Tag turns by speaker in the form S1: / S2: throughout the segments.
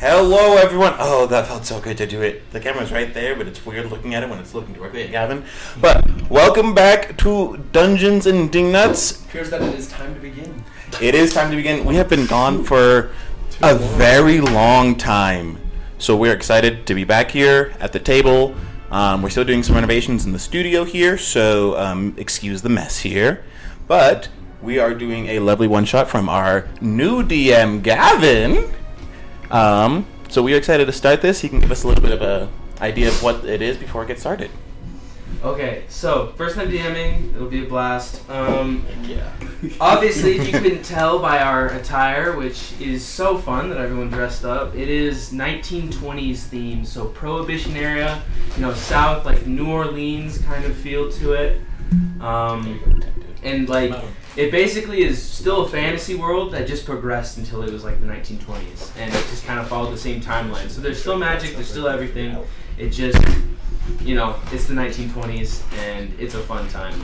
S1: Hello, everyone. Oh, that felt so good to do it. The camera's right there, but it's weird looking at it when it's looking directly at Gavin. But welcome back to Dungeons and Dingnuts.
S2: appears that it is time to begin.
S1: It is time to begin. We have been gone for a very long time, so we're excited to be back here at the table. Um, we're still doing some renovations in the studio here, so um, excuse the mess here. But we are doing a lovely one shot from our new DM, Gavin. Um, so we are excited to start this. He can give us a little bit of a idea of what it is before it gets started.
S2: Okay, so first time DMing, it'll be a blast. Um,
S1: Yeah.
S2: obviously, if you can tell by our attire, which is so fun that everyone dressed up, it is 1920s themed, so Prohibition area, you know, South, like New Orleans kind of feel to it. Um, and like, it basically is still a fantasy world that just progressed until it was like the 1920s, and it just kind of followed the same timeline. So there's still magic, there's still everything. It just you know, it's the 1920s and it's a fun time.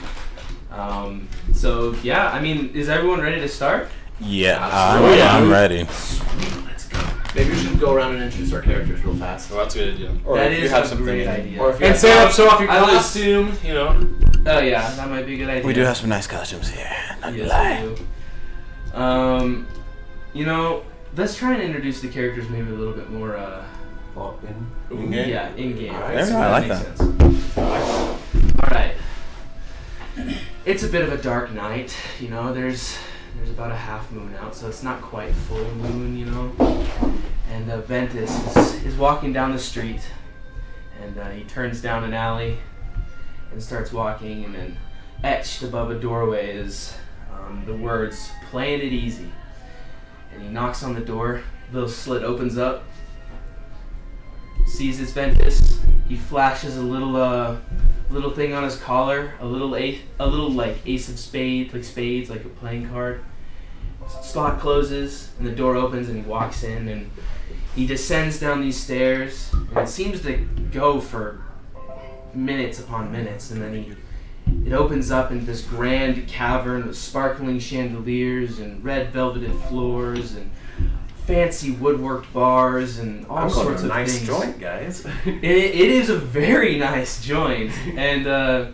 S2: Um, so yeah, I mean, is everyone ready to start?
S1: Yeah,
S2: Absolutely.
S1: I'm- I'm ready.
S3: Maybe we should go around and introduce our characters real fast.
S4: Oh, that's a good idea.
S3: Or
S2: That
S3: if
S2: is
S3: you have
S2: a
S3: something
S2: great
S3: in-
S2: idea.
S3: Or if you
S4: And
S3: have-
S4: set up, show off your
S2: I love-
S4: costume, you know.
S2: Oh yeah, that might be a good idea.
S1: We do have some nice costumes here. Not gonna
S2: Yes,
S1: lie.
S2: we do. Um, you know, let's try and introduce the characters maybe a little bit more. Uh,
S1: Okay.
S2: Yeah, in game.
S3: Alright,
S1: yeah, I like that.
S2: All right. It's a bit of a dark night, you know. There's there's about a half moon out, so it's not quite full moon, you know. And uh, Ventus is, is walking down the street, and uh, he turns down an alley and starts walking, and then etched above a doorway is um, the words "Playing It Easy." And he knocks on the door. Little slit opens up, sees his Ventus. He flashes a little uh, little thing on his collar, a little ace, a little like ace of spades, like spades, like a playing card. Slot closes and the door opens and he walks in and he descends down these stairs and it seems to go for minutes upon minutes and then he it opens up into this grand cavern with sparkling chandeliers and red velveted floors and fancy woodworked bars and all
S3: I'm going
S2: sorts
S3: to a
S2: of
S3: nice
S2: things.
S3: joint, guys.
S2: It, it is a very nice joint, and uh,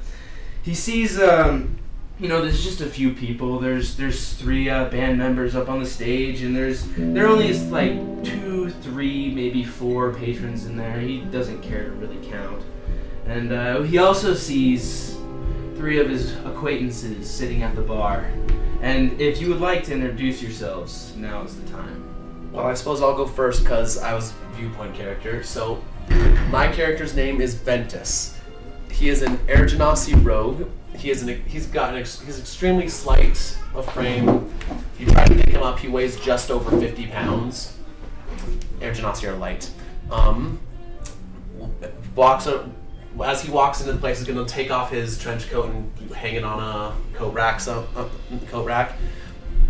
S2: he sees, um, you know, there's just a few people. There's there's three uh, band members up on the stage, and there's there only is like two, three, maybe four patrons in there. He doesn't care to really count, and uh, he also sees three of his acquaintances sitting at the bar. And if you would like to introduce yourselves, now is the time.
S3: well, I suppose I'll go first because I was viewpoint character. So, my character's name is Ventus. He is an Air Genasi rogue. He is an, he's got an ex, he's extremely slight of frame. If you try to pick him up, he weighs just over 50 pounds. Air Genasi are light. Um, walks o- as he walks into the place, he's gonna take off his trench coat and hang it on a coat rack, so, uh, coat rack,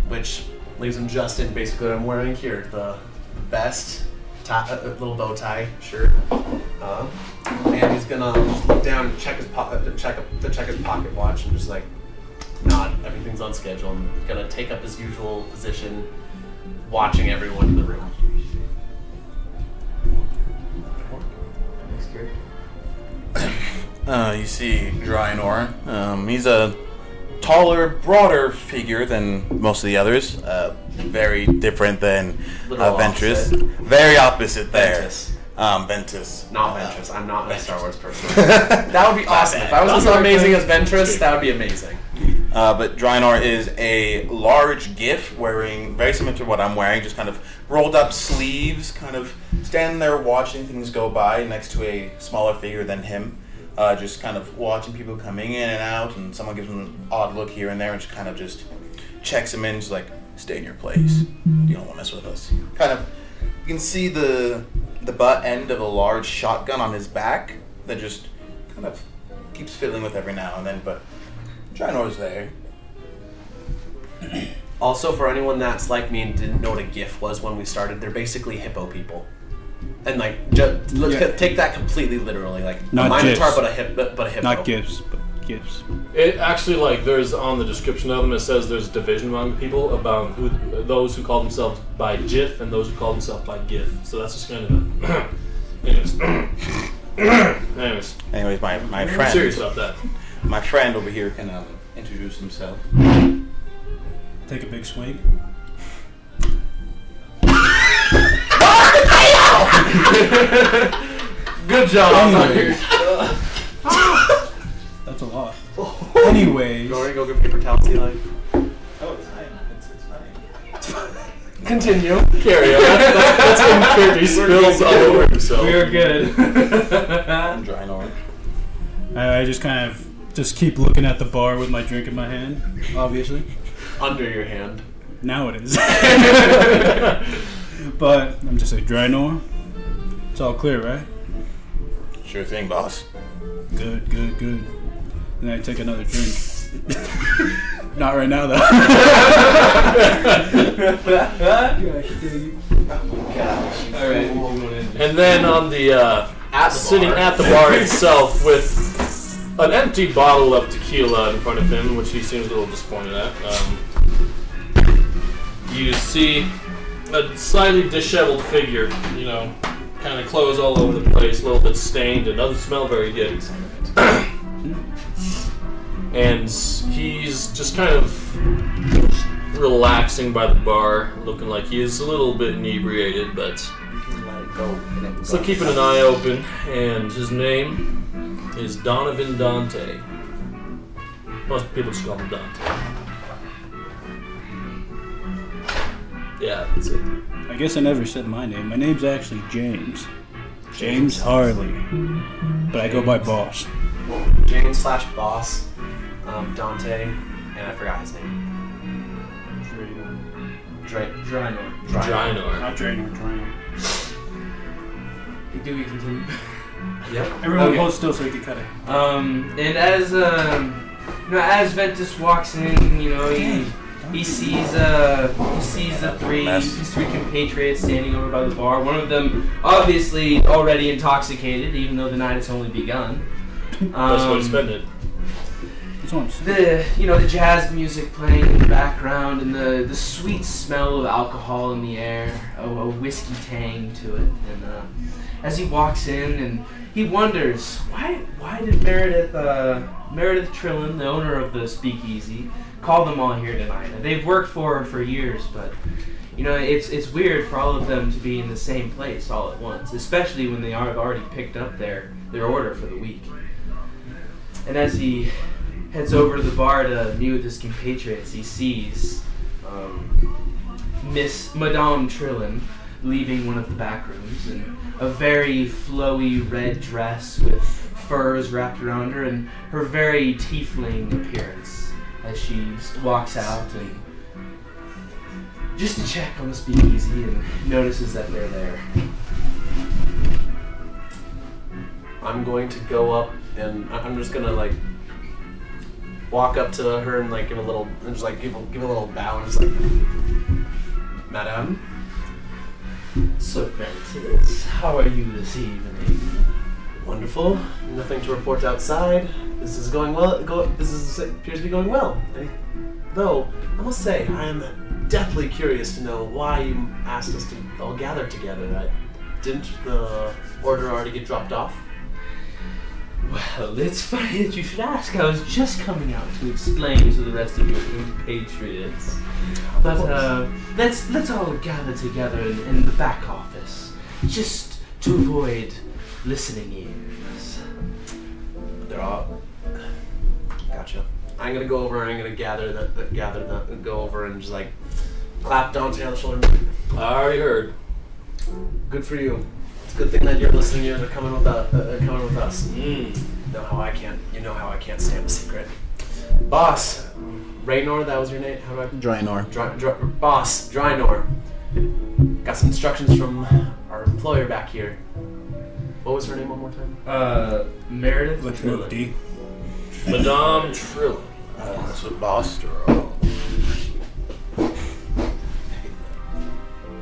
S3: which leaves him just in basically what I'm wearing here, the vest, tie, uh, uh, little bow tie shirt, uh, and he's gonna just look down and check his po- uh, check to check his pocket watch and just like nod, everything's on schedule, and gonna take up his usual position, watching everyone in the room.
S2: Next character.
S1: Uh, you see Drynor. Um, he's a taller, broader figure than most of the others. Uh, very different than uh,
S3: Literal
S1: Ventress.
S3: opposite.
S1: Very opposite there.
S3: Ventus.
S1: Um, Ventus.
S3: Not
S1: Uh,
S3: Ventress. I'm not a Star Wars person.
S1: uh,
S3: That would be awesome. If I was as amazing as Ventress, that would be amazing.
S1: Uh, but Drynor is a large GIF wearing very similar to what I'm wearing, just kind of rolled up sleeves, kind of standing there watching things go by next to a smaller figure than him. Uh, just kind of watching people coming in and out, and someone gives him an odd look here and there, and just kind of just checks him in, just like, stay in your place. You don't want to mess with us. Kind of, you can see the the butt end of a large shotgun on his back that just kind of keeps fiddling with every now and then, but Chinor's there.
S3: Also, for anyone that's like me and didn't know what a GIF was when we started, they're basically hippo people. And like, just, let's
S5: Yeah.
S3: take that completely literally. Like,
S5: Not
S3: a minotaur,
S5: GIFs.
S4: Oh.
S3: but a hip, but, but a hippo.
S5: Not gifts, but
S4: gifts.
S5: It actually like there's on the description of them it says there's division among people about who those who call themselves by GIF and those who call themselves by GIF. So that's just kind of a anyways. anyways,
S1: Anyways, my, my
S5: I'm serious
S1: friend,
S5: about that.
S1: my friend over here can um, introduce himself.
S4: Take a big swig.
S3: Good job. I'm not here.
S4: Oh That's a lot. Anyways,
S3: Rory, go get paper towels, Eli.
S1: Oh, it's fine. It's, it's fine.
S3: Continue.
S5: Carry on. That's unfair. He spills all over himself.
S2: We are good.
S1: I'm Draenor.
S4: I just kind of just keep looking at the bar with my drink in my hand. Obviously,
S3: Under your hand.
S4: now it is. but I'm just like Draenor. It's all clear, right?
S1: Sure thing, boss.
S4: Good, good, good. And I take another drink. Not right now, though.
S2: All right.
S5: And then on the uh,
S3: At the
S5: sitting
S3: bar.
S5: at the bar itself with an empty bottle of tequila in front of him, which he seems a little disappointed at. Um, you see a slightly disheveled figure, you know, kind of clothes all over the place, a little bit stained, and doesn't smell very good. and s- he's just kind of relaxing by the bar, looking like he is a little bit inebriated, but. So keeping an eye open, and his name is Donovan Dante. Most people just call him Dante. Yeah, that's it.
S4: I guess I never said my name. My name's actually James. James Harley. But I go by boss.
S3: James slash boss, um, Dante, and I forgot his name. Dre.
S2: Draenor.
S3: Dre.
S5: Draenor.
S4: Draenor, Draenor.
S2: Do we continue?
S3: Yep.
S4: Everyone
S2: Okay.
S4: hold still so we can cut it.
S2: Um, and as um, you know, as Ventus walks in, you know, he he sees uh, he sees the three his three compatriots standing over by the bar. One of them obviously already intoxicated, even though the night has only begun. Um,
S5: That's what he's spending.
S4: That's what I'm saying.
S2: the you know the jazz music playing in the background and the, the sweet smell of alcohol in the air, a, a whiskey tang to it. And uh, as he walks in, and he wonders why why did Meredith uh, Meredith Trillin, the owner of the Speakeasy, call them all here tonight? They've worked for her for years, but. You know, it's it's weird for all of them to be in the same place all at once, especially when they are have already picked up their, their order for the week. And as he heads over to the bar to meet with his compatriots, he sees um, Miss Madame Trillin leaving one of the back rooms in a very flowy red dress with furs wrapped around her and her very tiefling appearance as she walks out and just to check on the speakeasy and notices that they're there.
S3: I'm going to go up and I- I'm just gonna like walk up to her and like give a little and just like give a, give a little bow and just like, Madame.
S2: So Ventus, how are you this evening?
S3: Wonderful. Nothing to report outside. This is going well. Go, this is, appears to be going well. And though, I must say, I am deathly curious to know why you asked us to all gather together. I, didn't the order already get dropped off?
S2: Well, it's funny that you should ask. I was just coming out to explain to the rest of your compatriots. But uh, let's let's all gather together in, in the back office, just to avoid listening ears.
S3: They're all. Gotcha. I'm gonna go over and I'm gonna gather the, the gather the go over and just like clap Dante on the shoulder.
S5: I already heard.
S3: Good for you. It's a good thing that you're listening. You're coming with us. Uh, coming with us.
S5: Mm.
S3: know how I can't. You know how I can't stand a secret. Boss, Raynor, that was your name. How do I?
S1: Draenor.
S3: Dry, dry, boss, Drynor. Got some instructions from our employer back here. What was her name one more time?
S2: Uh, Meredith.
S4: Let's move D.
S5: Madame Trillin.
S1: That's what Uh, boss.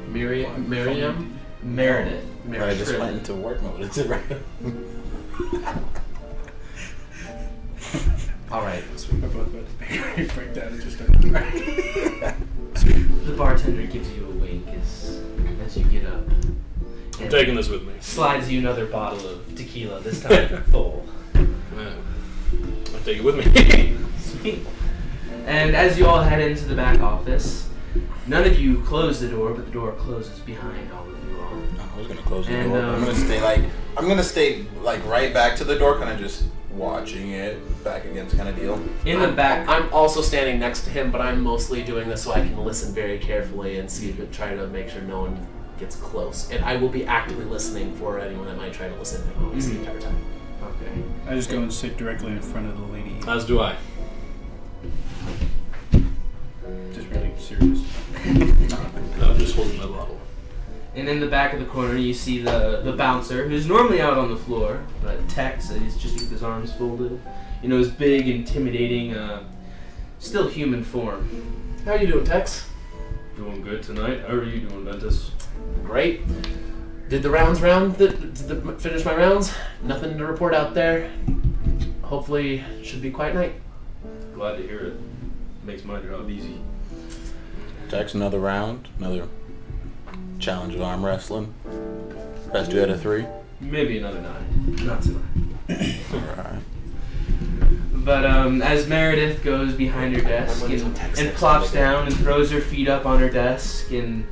S3: Miriam. Miriam.
S2: Meredith.
S1: But Oh, I
S3: Miriam.
S1: just went into work mode. It's right.
S3: All right.
S4: I both went to bakery breakdown and just started crying.
S2: The bartender gives you a wink as, as you get up.
S5: I'm
S2: and
S5: taking this with me.
S2: Slides you another bottle of tequila, this time full.
S5: Yeah. I'll take it with me.
S2: Sweet. And as you all head into the back office, none of you close the door, but the door closes behind all of you all.
S1: I was gonna close the
S2: And,
S1: door. but I'm
S2: um,
S1: gonna stay like I'm gonna stay like right back to the door, kind of just watching it back against kind of deal.
S2: In the
S3: I'm-
S2: back,
S3: I'm also standing next to him, but I'm mostly doing this so I can listen very carefully and see if try to make sure no one gets close. And I will be actively listening for anyone that might try to listen in always the entire time.
S2: okay.
S4: I just go and sit directly in front of the lady.
S5: As do I.
S4: Just really serious.
S5: I'm just holding my bottle.
S2: And in the back of the corner, you see the, the bouncer, who's normally out on the floor, but Tex is just with his arms folded. You know, his big, intimidating, uh, still human form.
S3: How are you doing, Tex?
S2: Doing good tonight? How are you doing, Ventus?
S3: Great. Did the rounds round? The, did the, finish my rounds? Nothing to report out there. Hopefully, should be quiet night.
S2: Glad to hear it. Makes my job easy.
S1: Jack's another round, another challenge of arm wrestling. Best two out of three.
S2: Maybe another nine. Not tonight.
S1: All right.
S2: But um, as Meredith goes behind her desk
S3: I'm gonna
S2: and,
S3: text
S2: and
S3: next
S2: plops
S3: time I
S2: down and throws her feet up on her desk and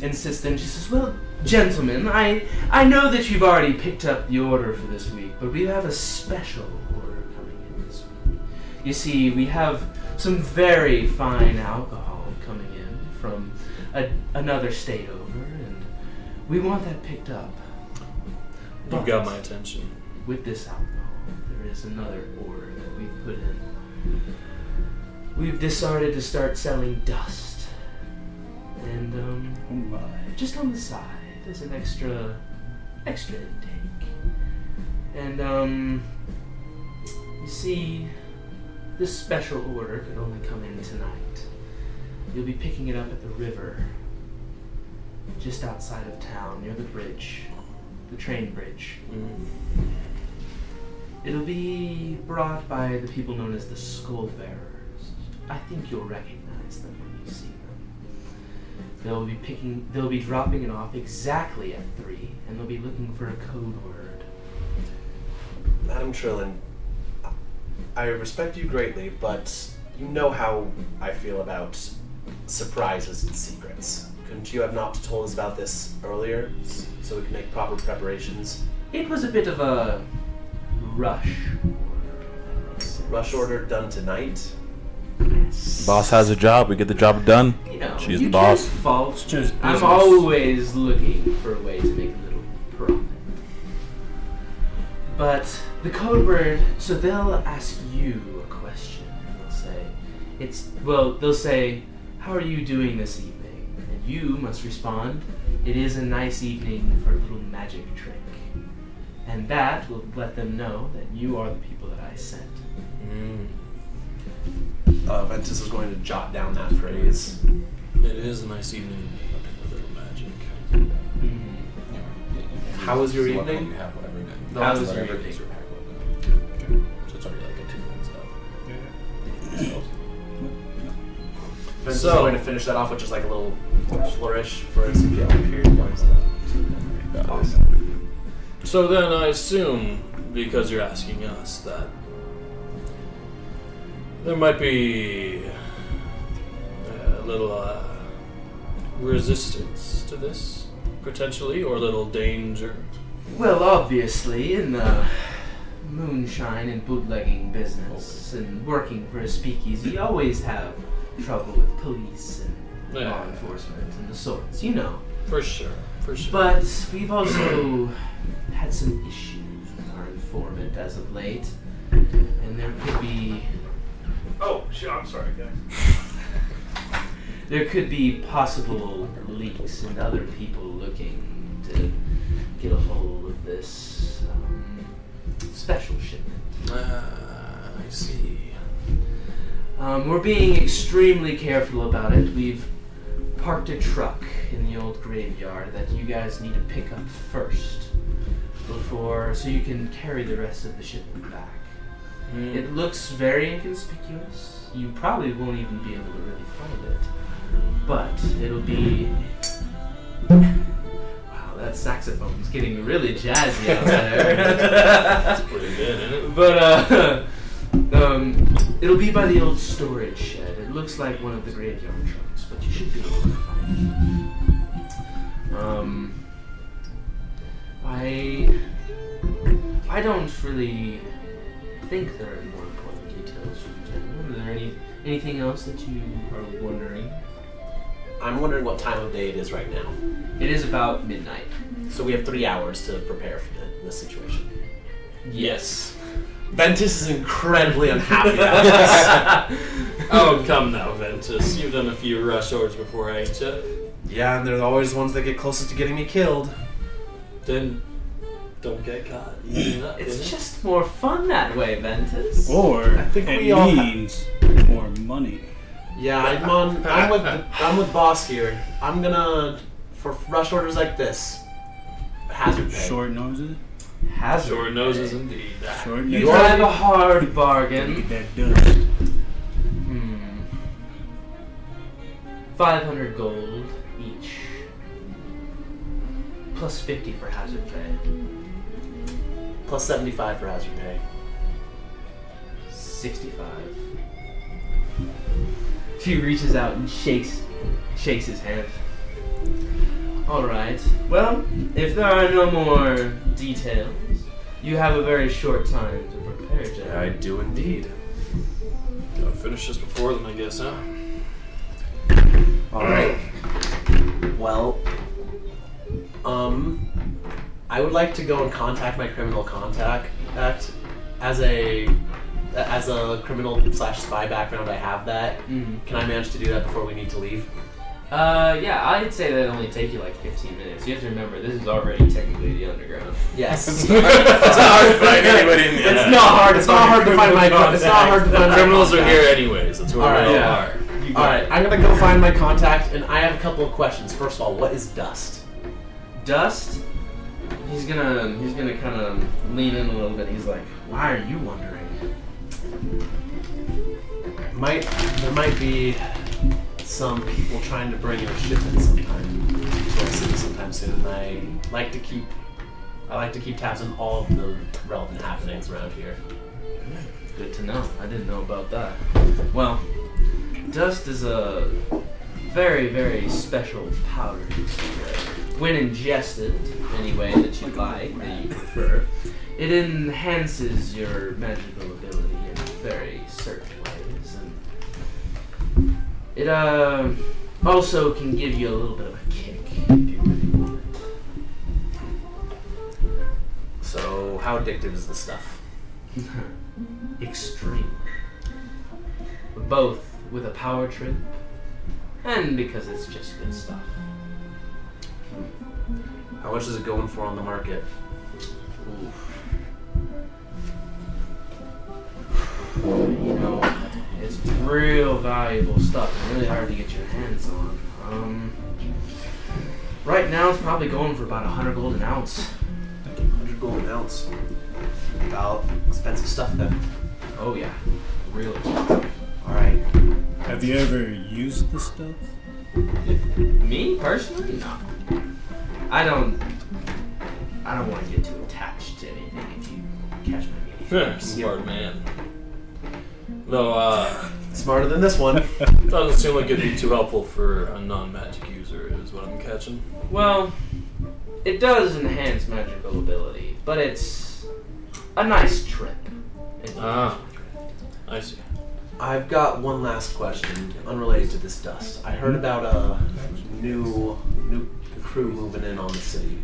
S2: insists, and she says, "Well, gentlemen, I I know that you've already picked up the order for this week, but we have a special order coming in this week. You see, we have some very fine alcohol coming in from a, another state over, and we want that picked up.
S5: You
S2: But-
S5: got my attention.
S2: with this alcohol, there is another order that we've put in. We've decided to start selling dust. And um,
S4: Oh my.
S2: just on the side as an extra extra intake. And um you see this special order could only come in tonight. You'll be picking it up at the river just outside of town near the bridge, the train bridge. It'll be brought by the people known as the Skull Bearers. I think you'll recognize them when you see them. They'll be picking. They'll be dropping it off exactly at three, and they'll be looking for a code word.
S3: Madam Trillin, I respect you greatly, but you know how I feel about surprises and secrets. Couldn't you have not told us about this earlier s- so we can make proper preparations?
S2: It was a bit of a rush. order, if that makes sense.
S3: Rush order done tonight?
S2: Yes.
S1: Boss has a job. We get the job done.
S2: You know,
S1: She's
S2: you
S1: the boss.
S2: can't fault
S4: It's just business.
S2: I'm always looking for a way to make a little profit. But the code word, so they'll ask you a question, and they'll say, it's, well, they'll say, how are you doing this evening? And you must respond, it is a nice evening for a little magic trick. And that will let them know that you are the people that I sent.
S5: Mm.
S3: Uh, Ventus is going to jot down that phrase.
S5: It is a nice evening. A little magic.
S4: Mm-hmm.
S3: How was your evening?
S1: have whatever it is.
S3: No,
S2: How
S3: it's
S2: was your
S3: whatever it
S2: evening?
S3: is.
S1: So it's already like a two minute stuff.
S3: Ventus is
S5: So-
S3: going to finish that off, which is like a little flourish for us. Yeah.
S5: So then I assume, because you're asking us, that there might be a little uh, resistance to this, potentially, or a little danger.
S2: Well, obviously, in the moonshine and bootlegging business and working for a speakeasy, you always have trouble with police and law
S5: Yeah.
S2: enforcement and the sorts, you know.
S5: For sure, for sure.
S2: But we've also had some issues with our informant as of late, and there could be
S6: Oh, shit, I'm sorry, guys.
S2: there could be possible leaks and other people looking to get a hold of this um, special shipment.
S5: Ah, I see.
S2: Um, we're being extremely careful about it. We've parked a truck in the old graveyard that you guys need to pick up first before so you can carry the rest of the shipment back.
S5: Hmm.
S2: It looks very inconspicuous. You probably won't even be able to really find it. But it'll be. Wow, that saxophone is getting really jazzy out there.
S5: Pretty good, isn't it?
S2: but, uh. Um, it'll be by the old storage shed. It looks like one of the graveyard trucks, but you should be able to find it. Um. I. I don't really think there are more important details from Jen. Are there any anything else that you are wondering?
S3: I'm wondering what time of day it is right now.
S2: It is about midnight.
S3: So we have three hours to prepare for the, this situation.
S5: Yes.
S3: Ventus is incredibly unhappy about this.
S5: Oh, come now, Ventus. You've done a few rush orders before, ain't you?
S3: yeah, and they're always the ones that get closest to getting me killed.
S5: Then don't get caught. You know that,
S2: It's
S5: isn't it?
S2: just more fun that way, Ventus.
S4: Or
S3: think we
S4: it
S3: all ha-
S4: means more money.
S3: Yeah, I'm on. I'm with. I'm with boss here. I'm gonna for rush orders like this. Hazard pay.
S4: Short noses.
S2: Hazard.
S5: Sure noses indeed. Ah,
S4: Short
S2: You
S4: noses.
S2: drive a hard bargain.
S4: Get that dust.
S2: Hmm. 500 gold each. Plus 50 for hazard pay.
S3: Plus seventy-five for hazard pay.
S2: 65. She reaches out and shakes shakes his hand. Alright. Well, if there are no more details, you have a very short time to prepare, Jack.
S3: do indeed.
S5: Gotta finish this before then, I guess, huh?
S3: All right. Well, um, I would like to go and contact my criminal contact act as a as a criminal slash spy background. I have that.
S2: Mhm.
S3: Can I manage to do that before we need to leave?
S2: Uh, yeah, I'd say that only take you like 15 minutes. You have to remember, this is already technically the underground.
S3: Yes.
S1: it's not hard to find anybody in the
S3: It's not hard. It's not hard to find my. It's not hard to find my
S5: Criminals are
S3: contact.
S5: here anyways. That's where
S3: All right.
S5: we all
S2: Yeah.
S5: are.
S3: All right, I'm gonna go find my contact, and I have a couple of questions. First of all, what is dust?
S2: Dust, he's gonna he's gonna kind of lean in a little bit. He's like, "Why are you wondering?"
S3: Might there might be some people trying to bring your shipment sometime to our city sometime soon, and I like to keep I like to keep tabs on all of the relevant happenings around here.
S2: Good to know. I didn't know about that. Well, dust is a very very special powder. When ingested, any way that you like, that you prefer, it enhances your magical ability in very certain ways, and it uh, also can give you a little bit of a kick if you really want it.
S3: So, how addictive is this stuff?
S2: extreme. Both with a power trip and because it's just good stuff.
S3: How much is it going for on the market?
S2: Oof. You know, it's real valuable stuff and really hard to get your hands on. Um, right now, it's probably going for about 100 gold an ounce.
S3: 100 gold an ounce. About expensive stuff then.
S2: Oh, yeah. Real expensive.
S3: All right.
S4: Have you ever used this stuff?
S2: Me personally, no. I don't. I don't want to get too attached to anything. If you catch my meaning.
S5: Huh, Smart man. Though, uh,
S3: Smarter than this one.
S5: doesn't seem like it'd be too helpful for a non magic user, is what I'm catching.
S2: Well, it does enhance magical ability, but it's a nice trip. It-
S5: Ah, I see.
S3: I've got one last question, unrelated to this dust. I heard about a new new crew moving in on the city,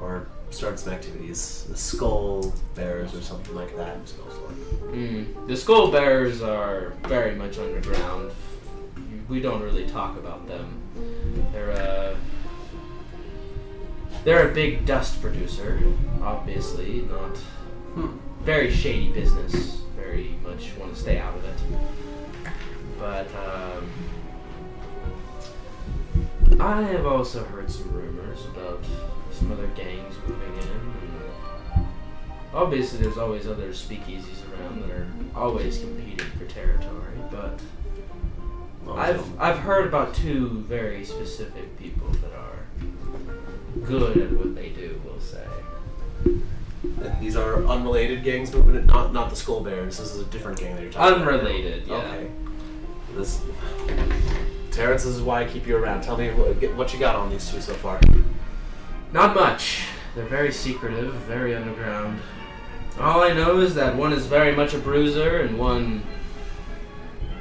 S3: or starting some activities. The Skull Bears or something like that.
S2: Mm, the skull bearers are very much underground. We don't really talk about them. They're a they're a big dust producer, obviously not very shady business. Very much want to stay out of it. But um, I have also heard some rumors about some other gangs moving in. And Obviously, there's always other speakeasies around that are always competing for territory, but I've I've heard about two very specific people that are good at what they do. We'll say.
S3: And these are unrelated gangs, but would it- not not the Skull Bears. This is a different gang that you're talking about.
S2: Unrelated, yeah.
S3: Okay. This Terrence, this is why I keep you around. Tell me what, get- what you got on these two so far.
S2: Not much. They're very secretive, very underground. All I know is that one is very much a bruiser and one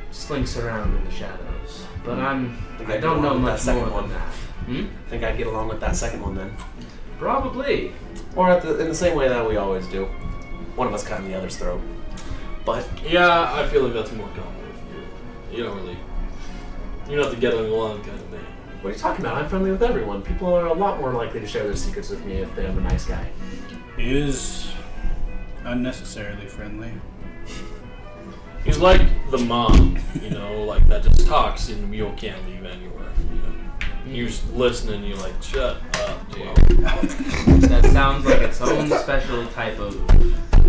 S2: slinks around in the shadows. But I'm
S3: Think
S2: I
S3: I'd
S2: don't
S3: go
S2: know
S3: on with
S2: much
S3: that
S2: more
S3: second Hmm. one.
S2: than that. Hmm?
S3: I think I'd get along with that second one then,
S2: Probably.
S3: or at the, in the same way that we always do. One of us cutting the other's throat. But
S5: Yeah, I feel like that's more common with you. You don't really. You're not the getting along kind of thing.
S3: what are you talking about? I'm friendly with everyone. People are a lot more likely to share their secrets with me if they have a nice guy.
S4: Is unnecessarily friendly.
S5: He's like the mom, you know, like that just talks and you can't leave anywhere. You know, you just listen and you're like, shut up, dude.
S2: That sounds like its own special type of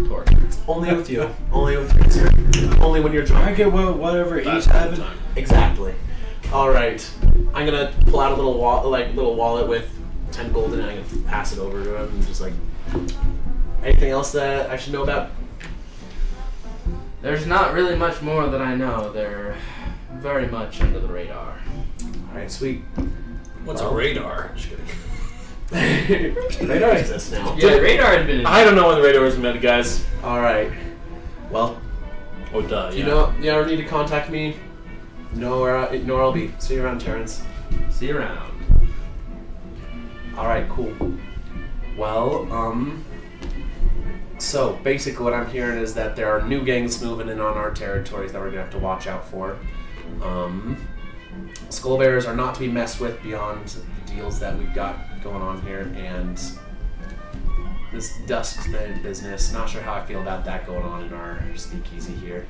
S2: torture.
S3: Only with you. Only with you. Only when you're drunk.
S4: I get what whatever he's
S5: That's all the
S4: having.
S5: time.
S3: Exactly. All right. I'm gonna pull out a little wall, like little wallet with ten gold, and I'm gonna pass it over to him. And just like, anything else that I should know about?
S2: There's not really much more that I know. They're very much under the radar.
S3: All right, sweet.
S5: What's a radar? Just kidding.
S3: Radar exists now.
S2: Yeah, radar had been.
S5: I don't know when the radar is meant, guys.
S3: All right. Well,
S5: Oh, duh. Yeah.
S3: you know, you ever need to contact me? You know where, I, you know where I'll be. See you around, Terrence.
S2: See you around.
S3: All right, cool. Well, um, so basically, what I'm hearing is that there are new gangs moving in on our territories that we're gonna have to watch out for. Um, skull bears are not to be messed with beyond the deals that we've got going on here, and this dusk thing business. Not sure how I feel about that going on in our speakeasy here.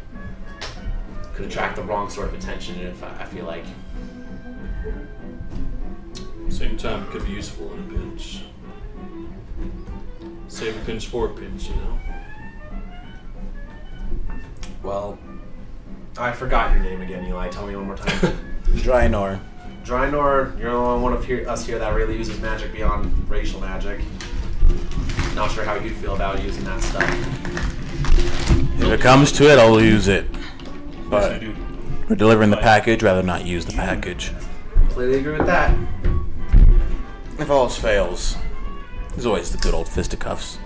S3: Could attract the wrong sort of attention if I, I feel like.
S5: Same time, it could be useful in a pinch. Save a pinch for a pinch, you know.
S3: Well, I forgot your name again, Eli. Tell me one more time.
S1: Draenor.
S3: Draenor, you're the only one of here, us here that really uses magic beyond racial magic. Not sure how you'd feel about using that stuff.
S1: If it comes to it, I'll use it.
S4: Yes, I
S1: But
S4: do.
S1: we're delivering the package, rather not use the package.
S3: Completely agree with that.
S1: If all else fails, there's always the good old fisticuffs.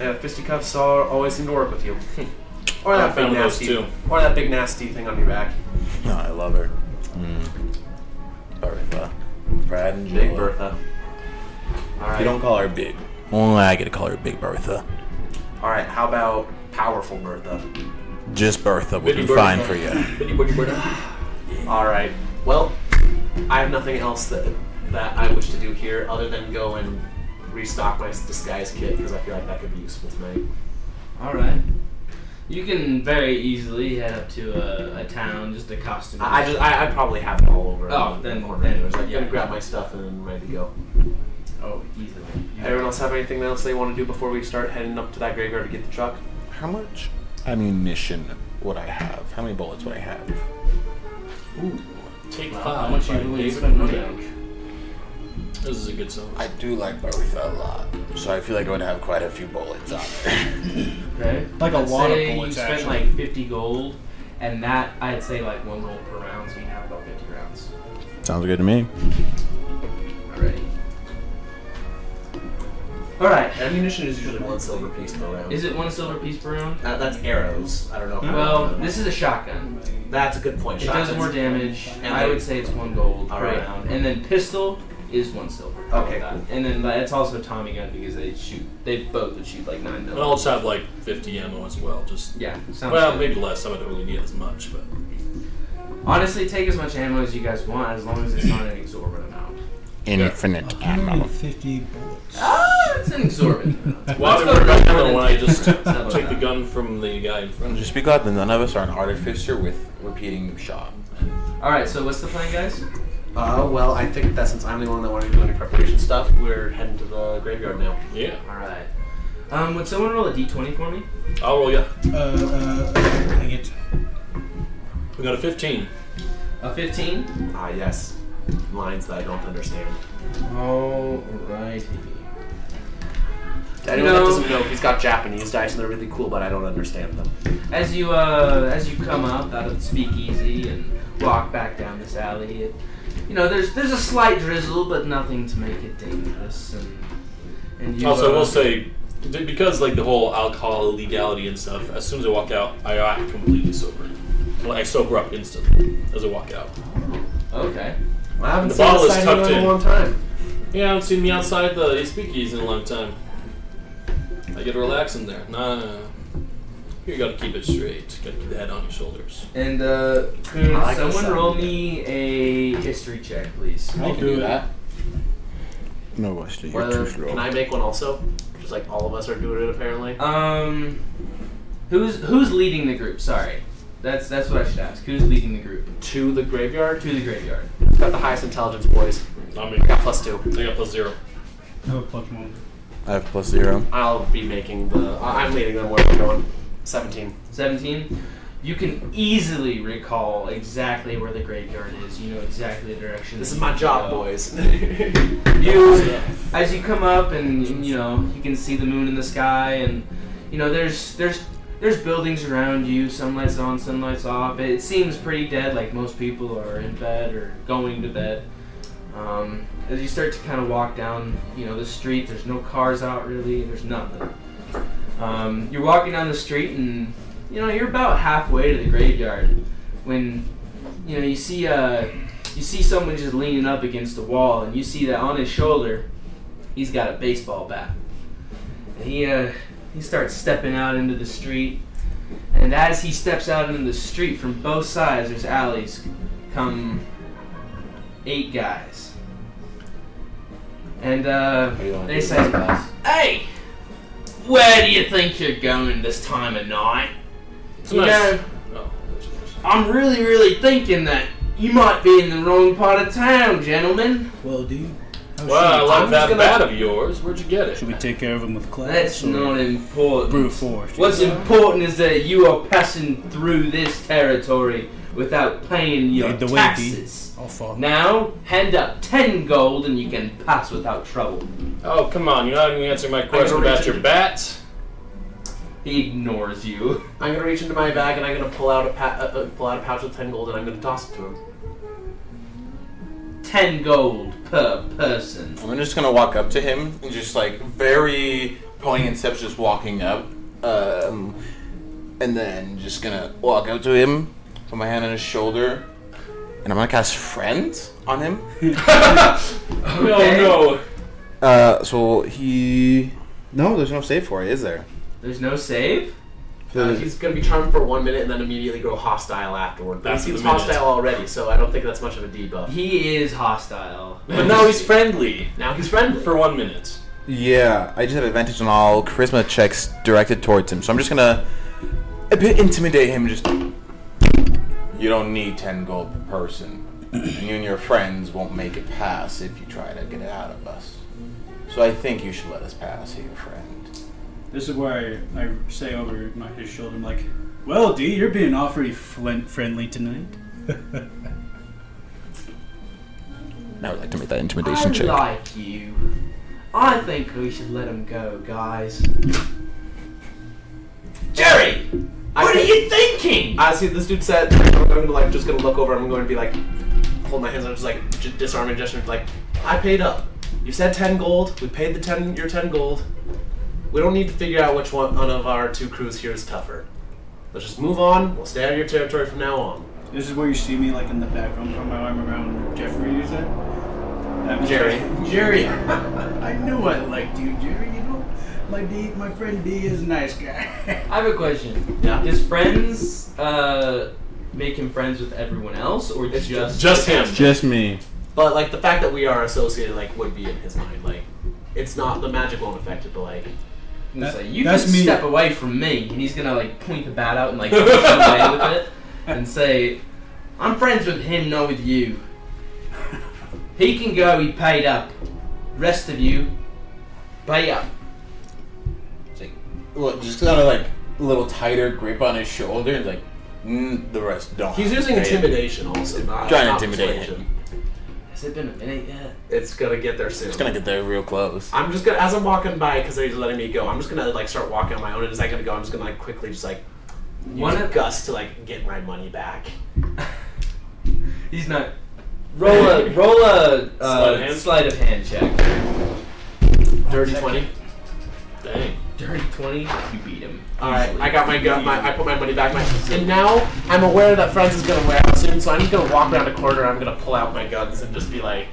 S3: Uh, fisticuffs are, always seem to work with you. or
S5: I
S3: that big
S5: found those
S3: nasty,
S5: too.
S3: or that big nasty thing on your back.
S1: Oh, I love her. Mm. Bertha. Brad and
S3: Big
S1: Jill.
S3: Bertha. All right.
S1: You don't call her big. Only I get to call her Big Bertha.
S3: All right. How about powerful Bertha?
S1: Just Bertha would be
S5: Bitty Bertha.
S1: fine for you.
S5: Bitty bitty bitty.
S3: All right. Well, I have nothing else that that I wish to do here other than go and restock my disguise kit because I feel like that could be useful tonight.
S2: All right. You can very easily head up to a, a town, just a costume.
S3: I, I just I, I probably have it all over.
S2: Oh,
S3: in the
S2: then-
S3: corner.
S2: then-
S3: Anyways, I'm
S2: yeah.
S3: gonna grab my stuff and I'm ready to go.
S2: Oh, easily.
S3: Everyone else have anything else they want to do before we start heading up to that graveyard to get the truck?
S1: How much ammunition would I have? How many bullets would I have?
S5: Take
S2: Wow, how
S5: five.
S2: much Ah, you
S5: by
S2: really
S5: David
S2: spend money
S5: Modiak.
S2: on?
S5: This is a good song.
S1: I do like Bertha a lot, so I feel like I would have quite a few bullets on there.
S2: Okay.
S4: Like a
S2: I'd
S4: lot of
S2: say
S4: bullets,
S2: You spent
S4: actually.
S2: like 50 gold, and that I'd say like one roll per round, so you have about 50 rounds
S1: Sounds good to me.
S2: already. All right.
S3: Ammunition is usually one silver piece per round.
S2: uh, Is it one silver piece per round?
S3: Uh, that's arrows. I don't know. how-
S2: Well, this is a shotgun.
S3: that's a good point.
S2: It does more damage.
S3: And
S2: I
S3: they-
S2: would say it's one gold
S3: All
S2: per
S3: right.
S2: round, and then pistol is one silver. How about
S3: Okay,
S2: that?
S3: cool.
S2: And then that's also Tommy gun because they shoot. They both would shoot like nine
S5: And
S2: mil.
S5: I'll just have like 50 ammo as well. Just
S2: Yeah. Sounds
S5: well,
S2: good.
S5: maybe less. I don't really need as much, but
S2: Honestly, take as much ammo as you guys want, as long as it's not an exorbitant amount.
S1: Infinite ammo.
S4: 150 bullets.
S2: Ah, it's an exorbitant amount.
S5: why would
S2: Let's
S5: I
S2: go
S5: run
S2: to
S5: ammo when I just
S2: exorbitant. How about
S5: take the
S2: that?
S5: gun from the guy in front of you?
S1: Just be glad that none of us are an artificer with repeating shot.
S2: All right. So what's the plan, guys?
S3: Uh, well, I think that since I'm the one that wanted to do any preparation stuff, we're heading to the graveyard now.
S5: Yeah.
S2: All right. Um, would someone roll a d20 for me?
S5: I'll roll ya.
S4: Uh, uh, dang it.
S5: We got a 15.
S2: A 15?
S3: Ah, yes. Lines that I don't understand.
S2: Alrighty.
S3: Anyone
S2: No.
S3: that doesn't know, he's got Japanese dice and they're really cool, but I don't understand them.
S2: As you uh, as you come up out of the speakeasy and walk back down this alley, it, you know there's there's a slight drizzle, but nothing to make it dangerous. And, and you, uh,
S5: also, I will say, th- because like the whole alcohol legality and stuff, as soon as I walk out, I act completely sober. Like, I sober up instantly as I walk out.
S2: okay.
S3: I haven't
S5: The
S3: seen
S5: bottle
S3: this
S5: is
S3: side
S5: tucked
S3: hero in
S5: in.
S3: a long time.
S5: Yeah, I haven't seen me outside the speakeasy in a long time. I get relaxing there. Nah, nah, nah. you gotta keep it straight. Gotta keep the head on your shoulders.
S2: And uh, could
S3: I like the
S2: someone
S3: sound.
S2: roll me a history check, please?
S4: I'll do that.
S1: No, Westy, you're
S3: Whether,
S1: too slow.
S3: can I make one also? Just like all of us are doing it apparently.
S2: Um, who's who's leading the group? Sorry, that's that's what I should ask. Who's leading the group
S3: To the graveyard.
S2: to the graveyard?
S3: Got the highest intelligence, boys.
S5: I mean,
S3: I got
S5: I
S3: plus two.
S5: got plus zero.
S4: I have a plus one.
S1: I have plus zero.
S3: I'll be making the. I- I'm leading them where we're going. Seventeen.
S2: 17 you can easily recall exactly where the graveyard is you know exactly the direction
S3: This
S2: that
S3: is
S2: you
S3: my
S2: should
S3: job,
S2: go.
S3: boys.
S2: you as you come up and you know you can see the moon in the sky and you know there's there's there's buildings around you sunlight's on sunlight's off it seems pretty dead like most people are in bed or going to bed um, as you start to kind of walk down you know the street there's no cars out really there's nothing um, you're walking down the street and you know you're about halfway to the graveyard when you know you see uh, you see someone just leaning up against the wall, and you see that on his shoulder, he's got a baseball bat. And he uh, he starts stepping out into the street, and as he steps out into the street, from both sides there's alleys, come eight guys, and uh, they say, "Hey, where do you think you're going this time of night?"
S5: It's
S2: You
S5: nice.
S2: know-
S5: Oh, there's- there's-
S2: I'm really, really thinking that you might be in the wrong part of town, gentlemen.
S4: Well, dude. How
S5: Well, I
S4: should,
S5: like
S2: I'm just
S5: that
S2: gonna-
S5: bat of yours. Where'd you get it?
S4: should we take care of him with class?
S2: That's
S4: or
S2: not
S4: Hmm. brute
S2: important.
S4: force.
S2: What's important is that you are passing through this territory without paying your
S4: Lead the way, Oh, Pete.
S2: taxes.
S4: I'll follow.
S2: Now, hand up 10 gold and you can pass without trouble.
S5: Oh, come on. You're not even answering my question about your
S3: originally-
S5: bat.
S2: He ignores you.
S3: I'm gonna reach into my bag and I'm gonna pull out a pa- uh, uh, pull out a pouch with ten gold and I'm gonna toss it to him.
S2: 10 gold per person.
S1: I'm just gonna walk up to him and just like very poignant steps, just walking up, um, and then just gonna walk up to him, put my hand on his shoulder, and I'm gonna cast friend on him.
S2: Okay.
S5: Oh,
S1: Uh, so he. No, there's no save for it, is there?
S2: There's no save?
S3: Uh, he's gonna be charmed for one minute and then immediately grow hostile afterward. But he
S5: That's
S3: seems
S5: the minute.
S3: hostile already, so I don't think that's much of a debuff.
S2: He is hostile.
S5: no. But now he's friendly.
S3: Now he's friendly.
S5: For one minute.
S1: Yeah, I just have advantage on all charisma checks directed towards him, so I'm just gonna a bit intimidate him. Just you don't need ten gold per person. you and your friends won't make it pass if you try to get it out of us. So I think you should let us pass here, friend.
S4: This is where I, I say over my, his shoulder, I'm like, well, D, you're being awfully flint friendly tonight.
S1: Now I'd like to make that
S2: I
S1: intimidation check.
S2: like you. I think we should let him go, guys. Jerry,
S3: I
S2: what are
S3: think-
S2: you thinking?
S3: I see this dude said, I'm gonna like just gonna look over. and I'm going to be like, hold my hands. I'm just like j- disarming gesture. Like, I paid up. You said ten gold. We paid the ten. Your ten gold. We don't need to figure out which one one of our two crews here is tougher. Let's just move on. We'll stay out of your territory from now on.
S4: This is where you see me, like, in the background, from my arm around Jeffrey, is that? I'm
S3: Jerry.
S4: Jerry. I knew I liked you, Jerry. You know, my D, my friend D is a nice guy.
S2: I have a question.
S3: Yeah.
S2: His friends uh, make him friends with everyone else, or
S3: It's
S2: just,
S5: Just him.
S1: Just me.
S3: But like the fact that we are associated, like, would be in his mind. Like, it's not the magic won't affect it, but like,
S2: He's
S4: That-
S2: like, you
S4: that's
S2: can
S4: me.
S2: step away from me, and he's gonna like point the bat out and like push away with it, and say, "I'm friends with him, not with you. He can go. He paid up. Rest of you, pay up."
S1: It's like,
S7: look, just got a like little tighter grip on his shoulder, and like
S1: Mm, the rest don't.
S3: He's
S1: have
S3: using
S1: to pay it.
S3: intimidation also. Not,
S1: Trying to
S3: not
S1: intimidate
S3: persuasion.
S2: Has it been a minute yet?
S3: It's gonna get there soon.
S1: It's gonna get there real close.
S3: I'm just gonna as I'm walking by because they're letting me go. I'm just gonna like start walking on my own, and as I gotta go, I'm just gonna like quickly just like use
S2: One of-
S3: gust to like get my money back.
S2: He's not. Roll a roll a
S5: Sleight of
S2: uh,
S5: hand?
S2: sleight of hand check.
S3: Dirty twenty.
S5: Dang.
S2: Dirty twenty. You beat him.
S3: All right, I got my gun. My, I put my money back. My and now I'm aware that Friends is gonna wear out soon, so I'm just gonna walk around a corner. I'm gonna pull out my guns and just be like,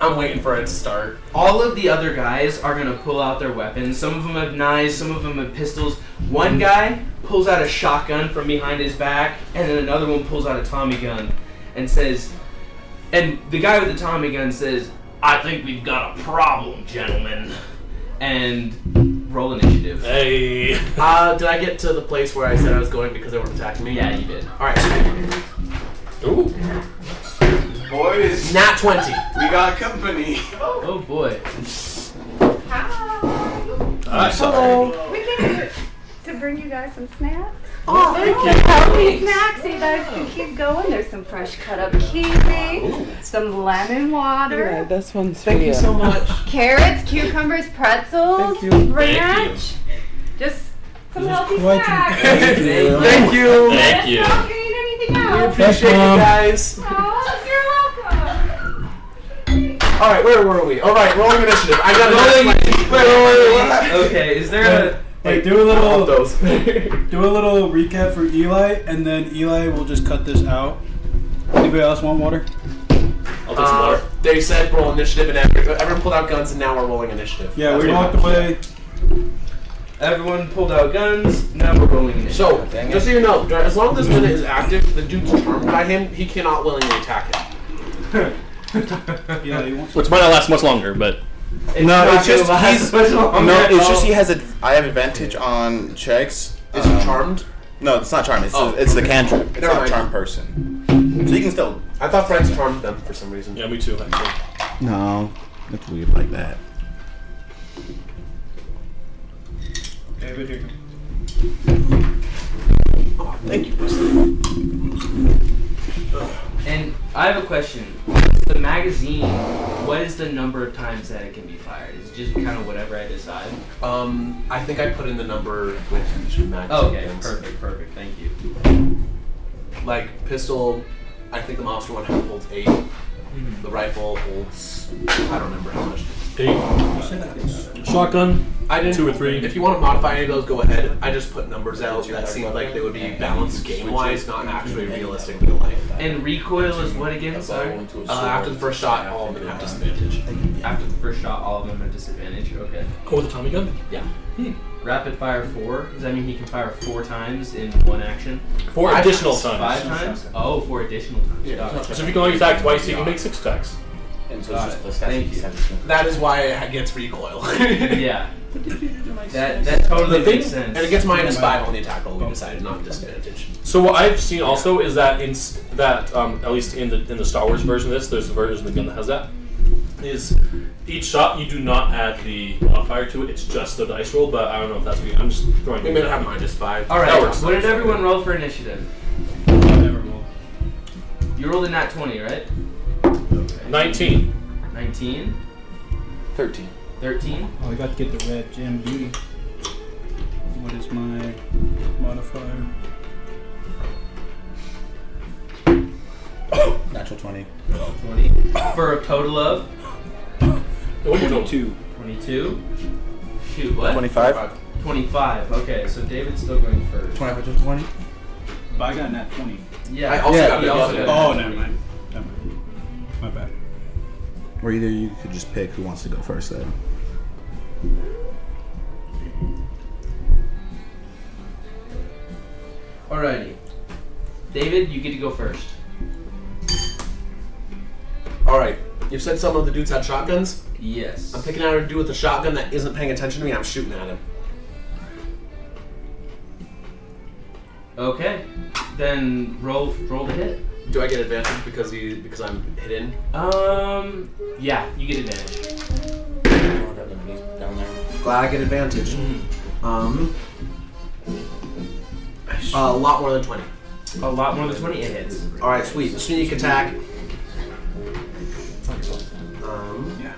S3: I'm waiting for it to start.
S2: All of the other guys are gonna pull out their weapons. Some of them have knives, some of them have pistols. One guy pulls out a shotgun from behind his back, and then another one pulls out a Tommy gun and says, and the guy with the Tommy gun says, I think we've got a problem, gentlemen. And roll initiative.
S5: Hey.
S3: Uh, did I get to the place where I said I was going because they weren't attacking me?
S2: Yeah, you did.
S3: All right,
S5: Ooh.
S1: Boys,
S3: nat twenty.
S1: we got company.
S2: Oh boy.
S8: Hi.
S1: I'm sorry.
S8: We came here to bring you guys some snacks.
S3: Oh, thank you.
S8: Healthy snacks, so you guys can keep going. There's some fresh cut up kiwi, some lemon water,
S9: this one's
S3: Thank you so much.
S8: carrots, cucumbers, pretzels, ranch. Just some healthy
S4: quite
S8: snacks.
S4: Thank
S3: you.
S5: Thank you.
S8: Stop eating anything else.
S3: Appreciate you
S4: Mom.
S3: guys.
S8: Oh, you're welcome.
S3: All right, where were we? All right, rolling initiative. I got rolling.
S2: Okay, is there
S4: Hey, do a
S3: All
S4: little
S3: those.
S4: do a little recap for Eli, and then Eli will just cut this out. Anybody else want water?
S5: I'll take some
S3: Uh,
S5: water.
S3: they said roll initiative, and every, everyone pulled out guns, and now we're rolling initiative.
S4: Yeah,
S3: That's
S4: we
S3: what
S4: walked
S3: happened.
S4: away.
S2: a. Everyone pulled out guns, now we're rolling initiative.
S3: So, just so you know, dur- as long as this minute is active, the dude's charmed by him. He cannot willingly attack him.
S4: Eli, you want?
S5: Which might not last much longer, but
S1: No, it's just he's. No, it's just he
S2: has.
S1: has a. I have advantage on checks.
S3: Is he
S1: Um,
S3: charmed?
S1: No, it's not charm. It's
S3: Oh.
S1: it's the cantrip. It's
S3: Never
S1: not
S3: mind.
S1: charm person. So you can still.
S3: I thought friends charmed them for some reason.
S5: yeah, me too. Actually.
S1: No, that's weird like that.
S4: David, here.
S3: Oh, thank you, Wesley.
S2: And I have a question. The magazine, what is the number of times that it can be fired? Is it just kind of whatever I decide?
S3: Um, I think I put in the number with each match.
S2: Oh, okay,
S3: against-
S2: perfect, perfect. Thank you.
S3: Like pistol, I think the monster one holds 8
S5: Hmm.
S3: The rifle holds. I don't remember how much.
S5: Eight. Shotgun.
S3: I didn't.
S5: Two or three.
S3: If you want to modify any of those, go ahead. I just put numbers out that seemed like they would be balanced game wise, not actually realistic to life.
S2: And recoil is what again? Sorry.
S3: Uh, after the first shot, all of them have disadvantage.
S2: After the first shot, all of them are disadvantage. Okay.
S5: Oh, with a Tommy gun.
S2: Rapid fire four. Does that mean he can fire four times in one action?
S5: Four
S3: Five
S5: additional
S2: Five
S5: times.
S2: times? Oh, four additional times. Got it.
S5: So if you can only attack twice, you can make six attacks.
S7: and so
S2: Got
S7: it's
S2: it.
S7: just the
S2: Thank
S7: stats.
S2: you.
S3: That is why it gets recoil.
S2: Yeah. That that totally
S3: The thing-
S2: makes sense.
S3: and it gets minus five on the attack roll. We decided not disadvantage.
S5: So what I've seen also is that in s- that um, at least in the in the Star Wars version of this, there's a version of the gun that has that. Is each shot you do not add the modifier to it; it's just the dice roll. But I don't know if that's me. I'm just throwing.
S3: We may not have minus five.
S2: all right.
S5: That works.
S2: What did everyone roll for initiative?
S4: Never will.
S2: You rolled a nat twenty, right?
S5: Nineteen.
S2: 19,
S7: Thirteen.
S2: 13.
S4: Oh, I got to get the red gem beauty. What is my modifier?
S1: Natural twenty.
S2: 20 for a total of
S5: What do you roll?
S4: Two.
S2: 22. Shoot, what?
S1: Twenty-five.
S2: 25. Okay, so David's still going first.
S1: Twenty-five to twenty.
S4: But I got nat twenty.
S2: Yeah.
S3: I also
S1: Yeah,
S3: got
S2: he
S3: the
S2: also
S3: other.
S2: got-
S4: Oh, never mind. Never mind. My bad.
S1: Or either you could just pick who wants to go first. Then.
S2: Alrighty. David, you get to go first.
S3: All right. You said some of the dudes had shotguns.
S2: Yes.
S3: I'm picking out a dude with a shotgun that isn't paying attention to me. I'm shooting at him.
S2: Okay. Then roll roll the hit.
S3: Do I get advantage because he because I'm hidden?
S2: Um. Yeah, you get advantage.
S7: Down there.
S3: Glad I get advantage. Um, uh, a lot more than 20.
S2: A lot more than 20 it hits.
S3: Alright, sweet. Sneak attack. Um, yeah.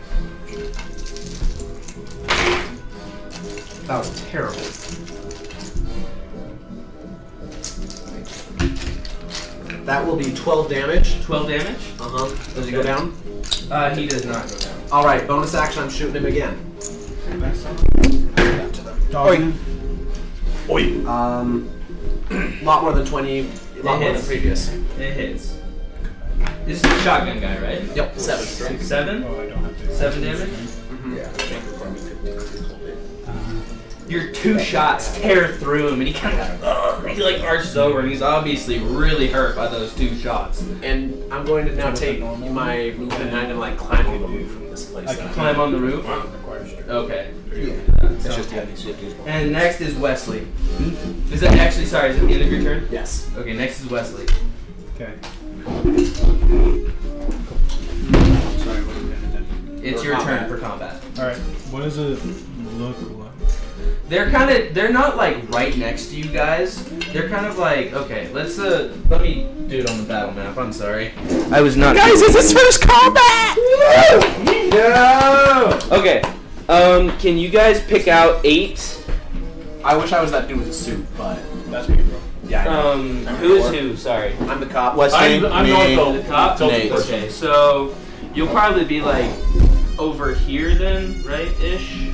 S3: That was terrible. That will be 12 damage.
S2: 12 damage.
S3: Uh huh. Does he go down?
S2: Uh, he does not go down.
S3: All right, bonus action. I'm shooting him again.
S4: Dog.
S3: Um, lot more than twenty. Lot more than
S2: hits.
S3: previous.
S2: It hits. This is the shotgun guy, right?
S3: Yep, seven.
S2: Seven?
S4: Oh, I don't have to.
S2: Seven damage?
S7: Yeah.
S2: Your two shots tear through him, and he kind of he like arches over, and he's obviously really hurt by those two shots.
S3: And I'm going to now take my movement, and I'm gonna like climb on the roof from this place.
S4: I can
S2: Climb on the roof. Okay.
S7: It's just the you have to use both.
S2: And next is Wesley. Is that actually sorry? Is it the end of your turn?
S3: Yes.
S2: Okay. Next is Wesley.
S4: Okay. Sorry, what did I do?
S2: It's your turn for combat.
S4: Alright, what does it look like?
S2: They're kind of they're not like right next to you guys. They're kind of like okay. Let's uh let me do it on the battle map. I'm sorry. I was not. Guys, it's his first combat. no. Okay. Um, can you guys pick out eight?
S3: I wish I was that dude with the suit, but
S4: That's me, bro.
S3: yeah,
S2: Um, who is who? Sorry.
S3: I know. I'm the cop.
S7: What's
S5: I'm,
S7: name?
S5: I'm
S7: Me.
S5: not the
S2: The cop?
S5: tell the
S7: Nate.
S5: person.
S2: Okay, so you'll probably be like over here then, right? Ish.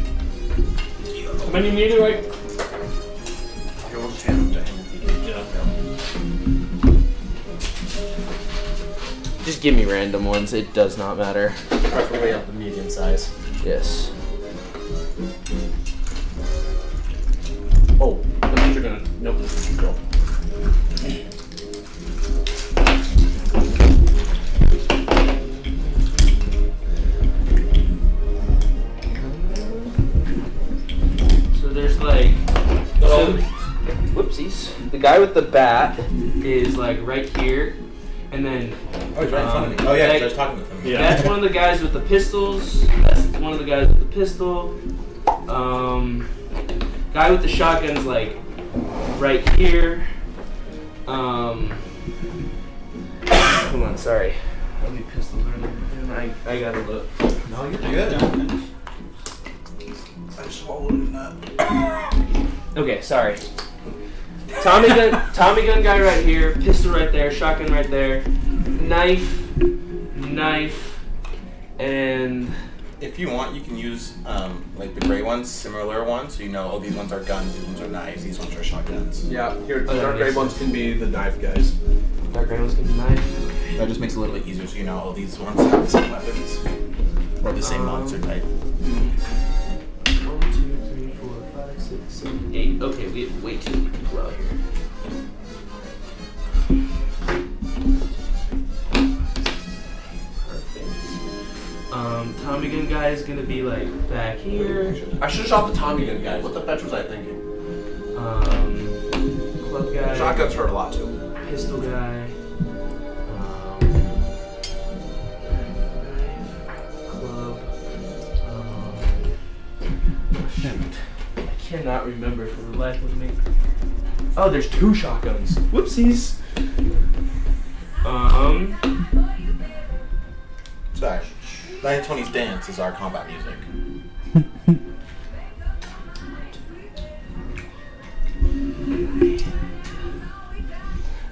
S5: How many needed, right? Yeah.
S7: Just give me random ones. It does not matter.
S3: Preferably of the medium size.
S7: Yes.
S3: Oh, that means you're gonna. Nope, this is a girl.
S2: So there's like. So,
S5: Oh.
S2: whoopsies. The guy with the bat is like right here, and then
S7: Oh, he's
S2: right in front of me. Oh, yeah, 'cause I was
S7: talking with him.
S5: Yeah.
S2: that's one of the guys with the pistols. That's one of the guys with the pistol. Um, guy with the shotgun's like right here. Um, come on, sorry. I'll be pistols earlier. I, I gotta look.
S4: No, you're good.
S2: Okay, sorry. Tommy gun, Tommy gun guy right here, pistol right there, shotgun right there, knife, knife, and
S1: If you want, you can use um, like the gray ones, similar ones, so you know, oh, these ones are guns, these ones are knives, these ones are shotguns.
S3: Yeah, here,
S2: Oh, that
S3: dark gray
S2: makes
S3: ones can be the knife guys.
S2: dark gray one's gonna be knife.
S1: That just makes it a little bit easier, so you know, oh, these ones have the same weapons or the same
S2: Um,
S1: monster type.
S2: One, two, three, four, five, six, seven, eight. Okay, we have way too many people out here. Perfect. Um, Tommy gun guy is gonna be like back here.
S3: I should have shot the Tommy gun guy. What the fetch was I thinking?
S2: Um, club guy.
S3: Shotguns hurt a lot too.
S2: pistol guy. Um, club. Um, oh, shoot. I cannot remember for the life of me. Oh, there's two shotguns. Whoopsies. Um,
S1: Sorry. 920's Dance is our combat music.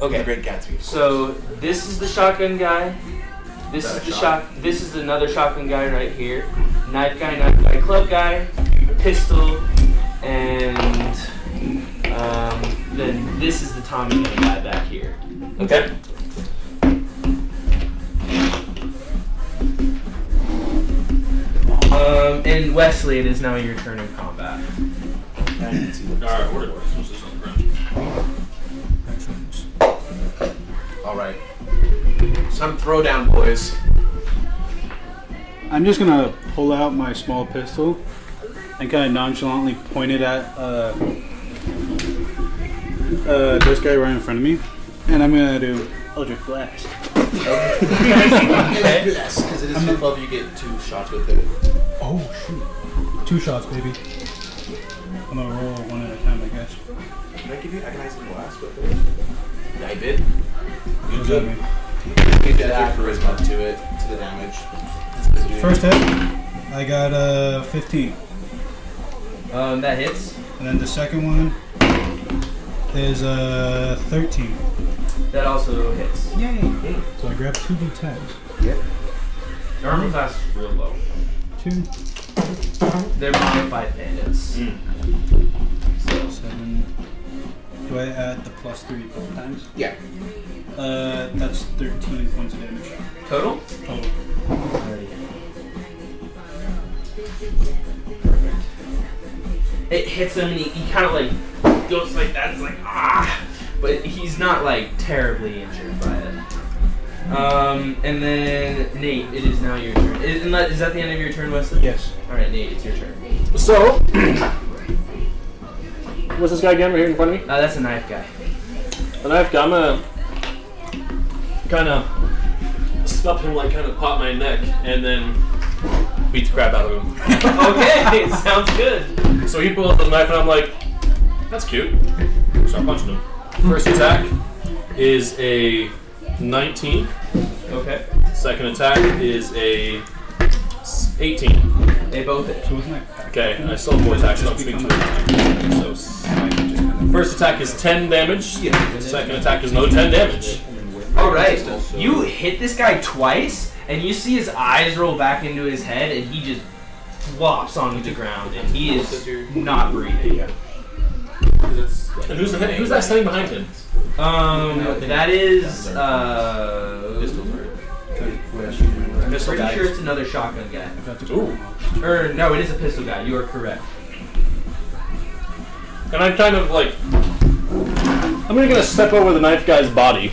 S1: okay. The Great Gatsby.
S2: so this is the shotgun guy. This is the shot. This is another shotgun guy right here. Knife guy, knife guy, club guy, pistol, and um, then this is the Tommy gun guy back here.
S5: Okay.
S2: Um, and Wesley, it is now your turn in combat.
S5: Alright, we're what's this on the ground?
S3: All right. Some throwdown, boys.
S4: I'm just gonna pull out my small pistol and kind of nonchalantly point it at uh, uh, this guy right in front of me, and I'm gonna do Eldritch Blast.
S7: Yes, because it is above. You get two shots with it.
S4: Oh shoot! Two shots, baby. I'm gonna roll one at a time, I guess.
S1: Can I give you agonizing glass with it?
S7: I did.
S4: What does that mean?
S7: You did add charisma to it, to the damage.
S4: First hit, I got uh, 15.
S2: Um, that hits.
S4: And then the second one is uh, 13.
S2: That also hits.
S4: Yay! So I grab two d10s.
S2: Your armor class is real low.
S4: Two,
S2: They're modified bandits. So,
S4: seven. Do I add the plus three both times?
S7: Yeah.
S4: Uh, that's 13 points of damage.
S2: total?
S4: Total.
S2: It hits him and he, he kind of like goes like that. He's like, ah! But he's not like terribly injured by it. Um, and then, Nate, it is now your turn. Is, isn't that- is that the end of your turn, Wesley?
S4: Yes.
S2: Alright, Nate, it's your turn.
S5: So, what's this guy again right here in front of me?
S2: Uh, that's a knife guy.
S5: The knife guy. I'm gonna kind of stop him, like kind of pop my neck, and then beat the crap out of him.
S2: okay, sounds good.
S5: so he pulls out the knife, and I'm like, "That's cute." So I'm punching him. First attack is a 19.
S2: Okay.
S5: Second attack is a s- 18.
S2: They both hit.
S4: So wasn't that
S5: Okay, and I still have voice action. I'm speaking to him. So s- first attack is 10 damage. Second attack is another 10 damage.
S2: All right, you hit this guy twice, and you see his eyes roll back into his head, and he just flops onto the ground, and he is not breathing.
S5: And who's the who's that standing behind him?
S2: Um, that is uh,
S7: Missile
S2: pretty
S7: guy.
S2: sure it's another shotgun guy.
S5: Ooh.
S2: Or no, it is a pistol guy. You are correct.
S5: And I'm kind of like, I'm gonna gonna step over the knife guy's body.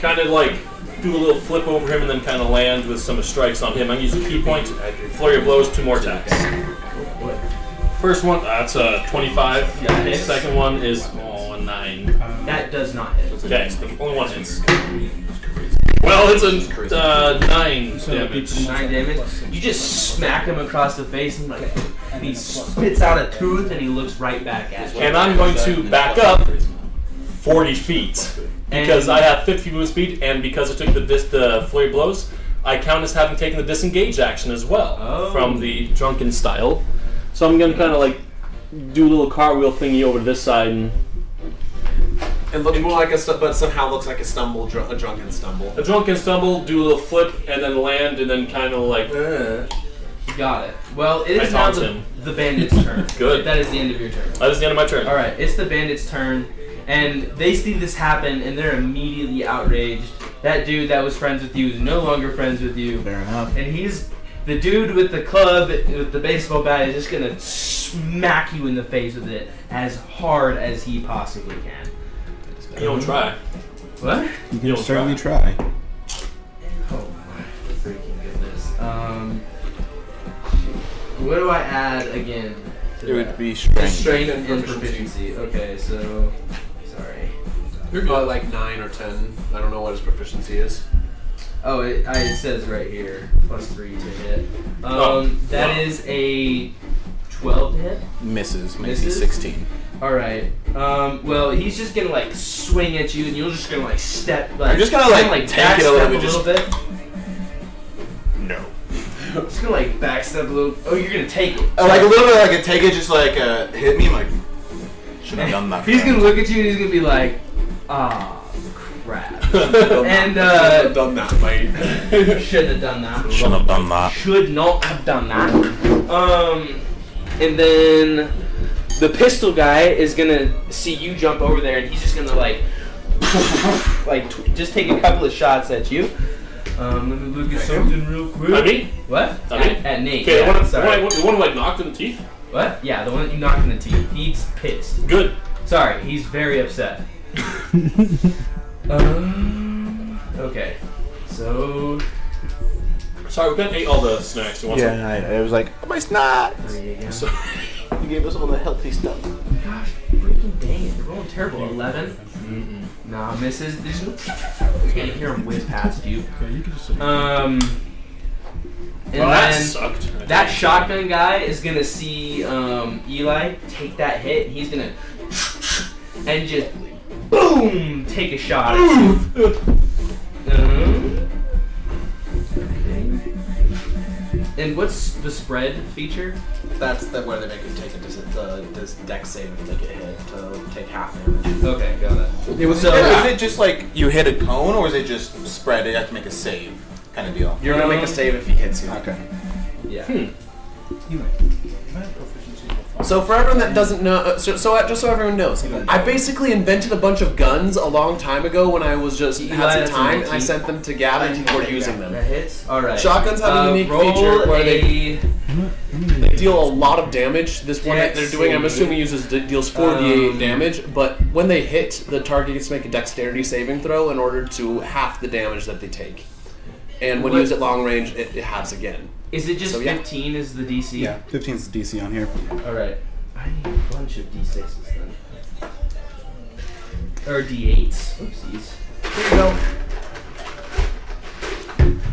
S5: kind of like do a little flip over him and then kind of land with some strikes on him. I'm using key point, flurry of blows, two more attacks. First one, that's uh, a 25.
S2: Yeah, it hits.
S5: Second one is oh, a 9.
S2: That does not hit.
S5: Okay, so the only one hits. Well, it's a uh, 9 damage.
S2: Nine damage. You just smack him across the face, and like, and he spits out a tooth, and he looks right back at you.
S5: And I'm going to back up 40 feet. Because
S2: And-
S5: I have 50 movement speed, and because I took the dis- the flurry blows, I count as having taken the disengage action as well
S2: Oh.
S5: from the drunken style. So I'm gonna kind of like do a little cartwheel thingy over to this side, and
S3: It looks more like a stu- but somehow looks like a stumble, dr- a drunken stumble.
S5: a drunken stumble, do a little flip, and then land, and then kind of like
S2: You got it. Well, it
S5: I
S2: is now
S5: taunt
S2: the,
S5: him.
S2: the bandit's turn.
S5: Good.
S2: That is the end of your turn.
S5: that is the end of my turn.
S2: All right, it's the bandits' turn, and they see this happen, and they're immediately outraged. That dude that was friends with you is no longer friends with you,
S1: Fair enough.
S2: and he's the dude with the club with the baseball bat is just gonna smack you in the face with it as hard as he possibly can.
S5: You don't try.
S2: What?
S1: You
S5: You'll
S1: can certainly try.
S2: Oh my freaking goodness. Um, what do I add again? to
S1: It would
S2: that?
S1: be strength.
S2: strength
S3: and
S2: and
S3: proficiency.
S2: proficiency. Okay, so sorry.
S3: You're probably like nine or ten. I don't know what his proficiency is.
S2: Oh, it, I, it says right here plus three to hit.
S5: Oh,
S2: Um, that
S5: wow.
S2: is a twelve to hit.
S1: Misses, makes it
S2: Misses?
S1: 16.
S2: All right. Um, well, he's just gonna like swing at you, and you're just gonna like step. Like,
S1: I'm just gonna, like, tank it a little
S2: backstep
S1: bit, just-
S2: bit.
S1: No.
S2: Just gonna like backstep a little. Oh, you're gonna take it.
S1: like a little bit like a take it, just like uh, hit me. I'm like, should have done that.
S2: He's
S1: man.
S2: gonna look at you, and he's gonna be like, ah, crap. and
S3: Should have
S2: uh,
S3: done that, mate.
S2: should have done that.
S1: Shouldn't have done that.
S2: should not have done that. Um, and then the pistol guy is gonna see you jump over there, and he's just gonna like, like tw- just take a couple of shots at you. Um, let me look at something real quick.
S5: I mean,
S2: what?
S5: I
S2: at,
S5: mean-
S2: at Nate.
S5: okay,
S2: yeah,
S5: the one, the
S2: sorry.
S5: one, the one who like knocked in the teeth.
S2: What? Yeah, the one that you knocked in the teeth. He's pissed.
S5: Good.
S2: Sorry, he's very upset. um, okay, so
S5: Sorry, we kind of ate all the snacks. You want some?
S1: I, I was like, oh, my snot.
S2: three again.
S5: So,
S1: You gave us all the healthy stuff.
S2: Gosh, freaking dang it. They're rolling terrible. 11? Nah, misses. There's no- You're gonna hear him whiz past you.
S4: Okay, you can just say.
S2: Um. And
S5: Well,
S2: Um,
S5: that
S2: then
S5: sucked.
S2: that shotgun guy is gonna see um, Eli take that hit, and he's gonna and just boom take a shot. Uh-huh. Um, and what's the spread feature?
S3: That's the, where they make you take a dis, uh, dis, deck save if they get hit to take half damage.
S2: Okay, got it.
S7: It was
S2: So-
S1: is it just like you hit a cone, or is it just spread? You have to make a save, kind of deal.
S3: You're gonna make a save if he hits you.
S7: okay.
S2: Yeah.
S3: Hmm. So for everyone that doesn't know, uh, so, so uh, just so everyone knows, I basically invented a bunch of guns a long time ago when I was just
S2: Eli,
S3: had some
S2: that's a
S3: time, and I
S2: 19.
S3: sent them to Gavin who were using
S2: That
S3: them.
S2: hits. All right.
S3: Shotguns have a
S2: Uh,
S3: unique
S2: roll
S3: feature where they
S2: a-
S3: They deal a lot of damage. This one that
S2: Dex
S3: they're doing, I'm
S2: save.
S3: assuming, uses de- deals 48
S2: Um,
S3: damage. But when they hit, the target gets to make a dexterity saving throw in order to half the damage that they take. And when
S2: What-
S3: you use it long range, it, it halves again.
S2: Is it just
S3: So, yeah.
S2: 15 is the DC?
S4: Yeah, 15's the DC on here.
S2: All right. I need a bunch of d6s then. Or d8s. Oopsies.
S3: Here you go.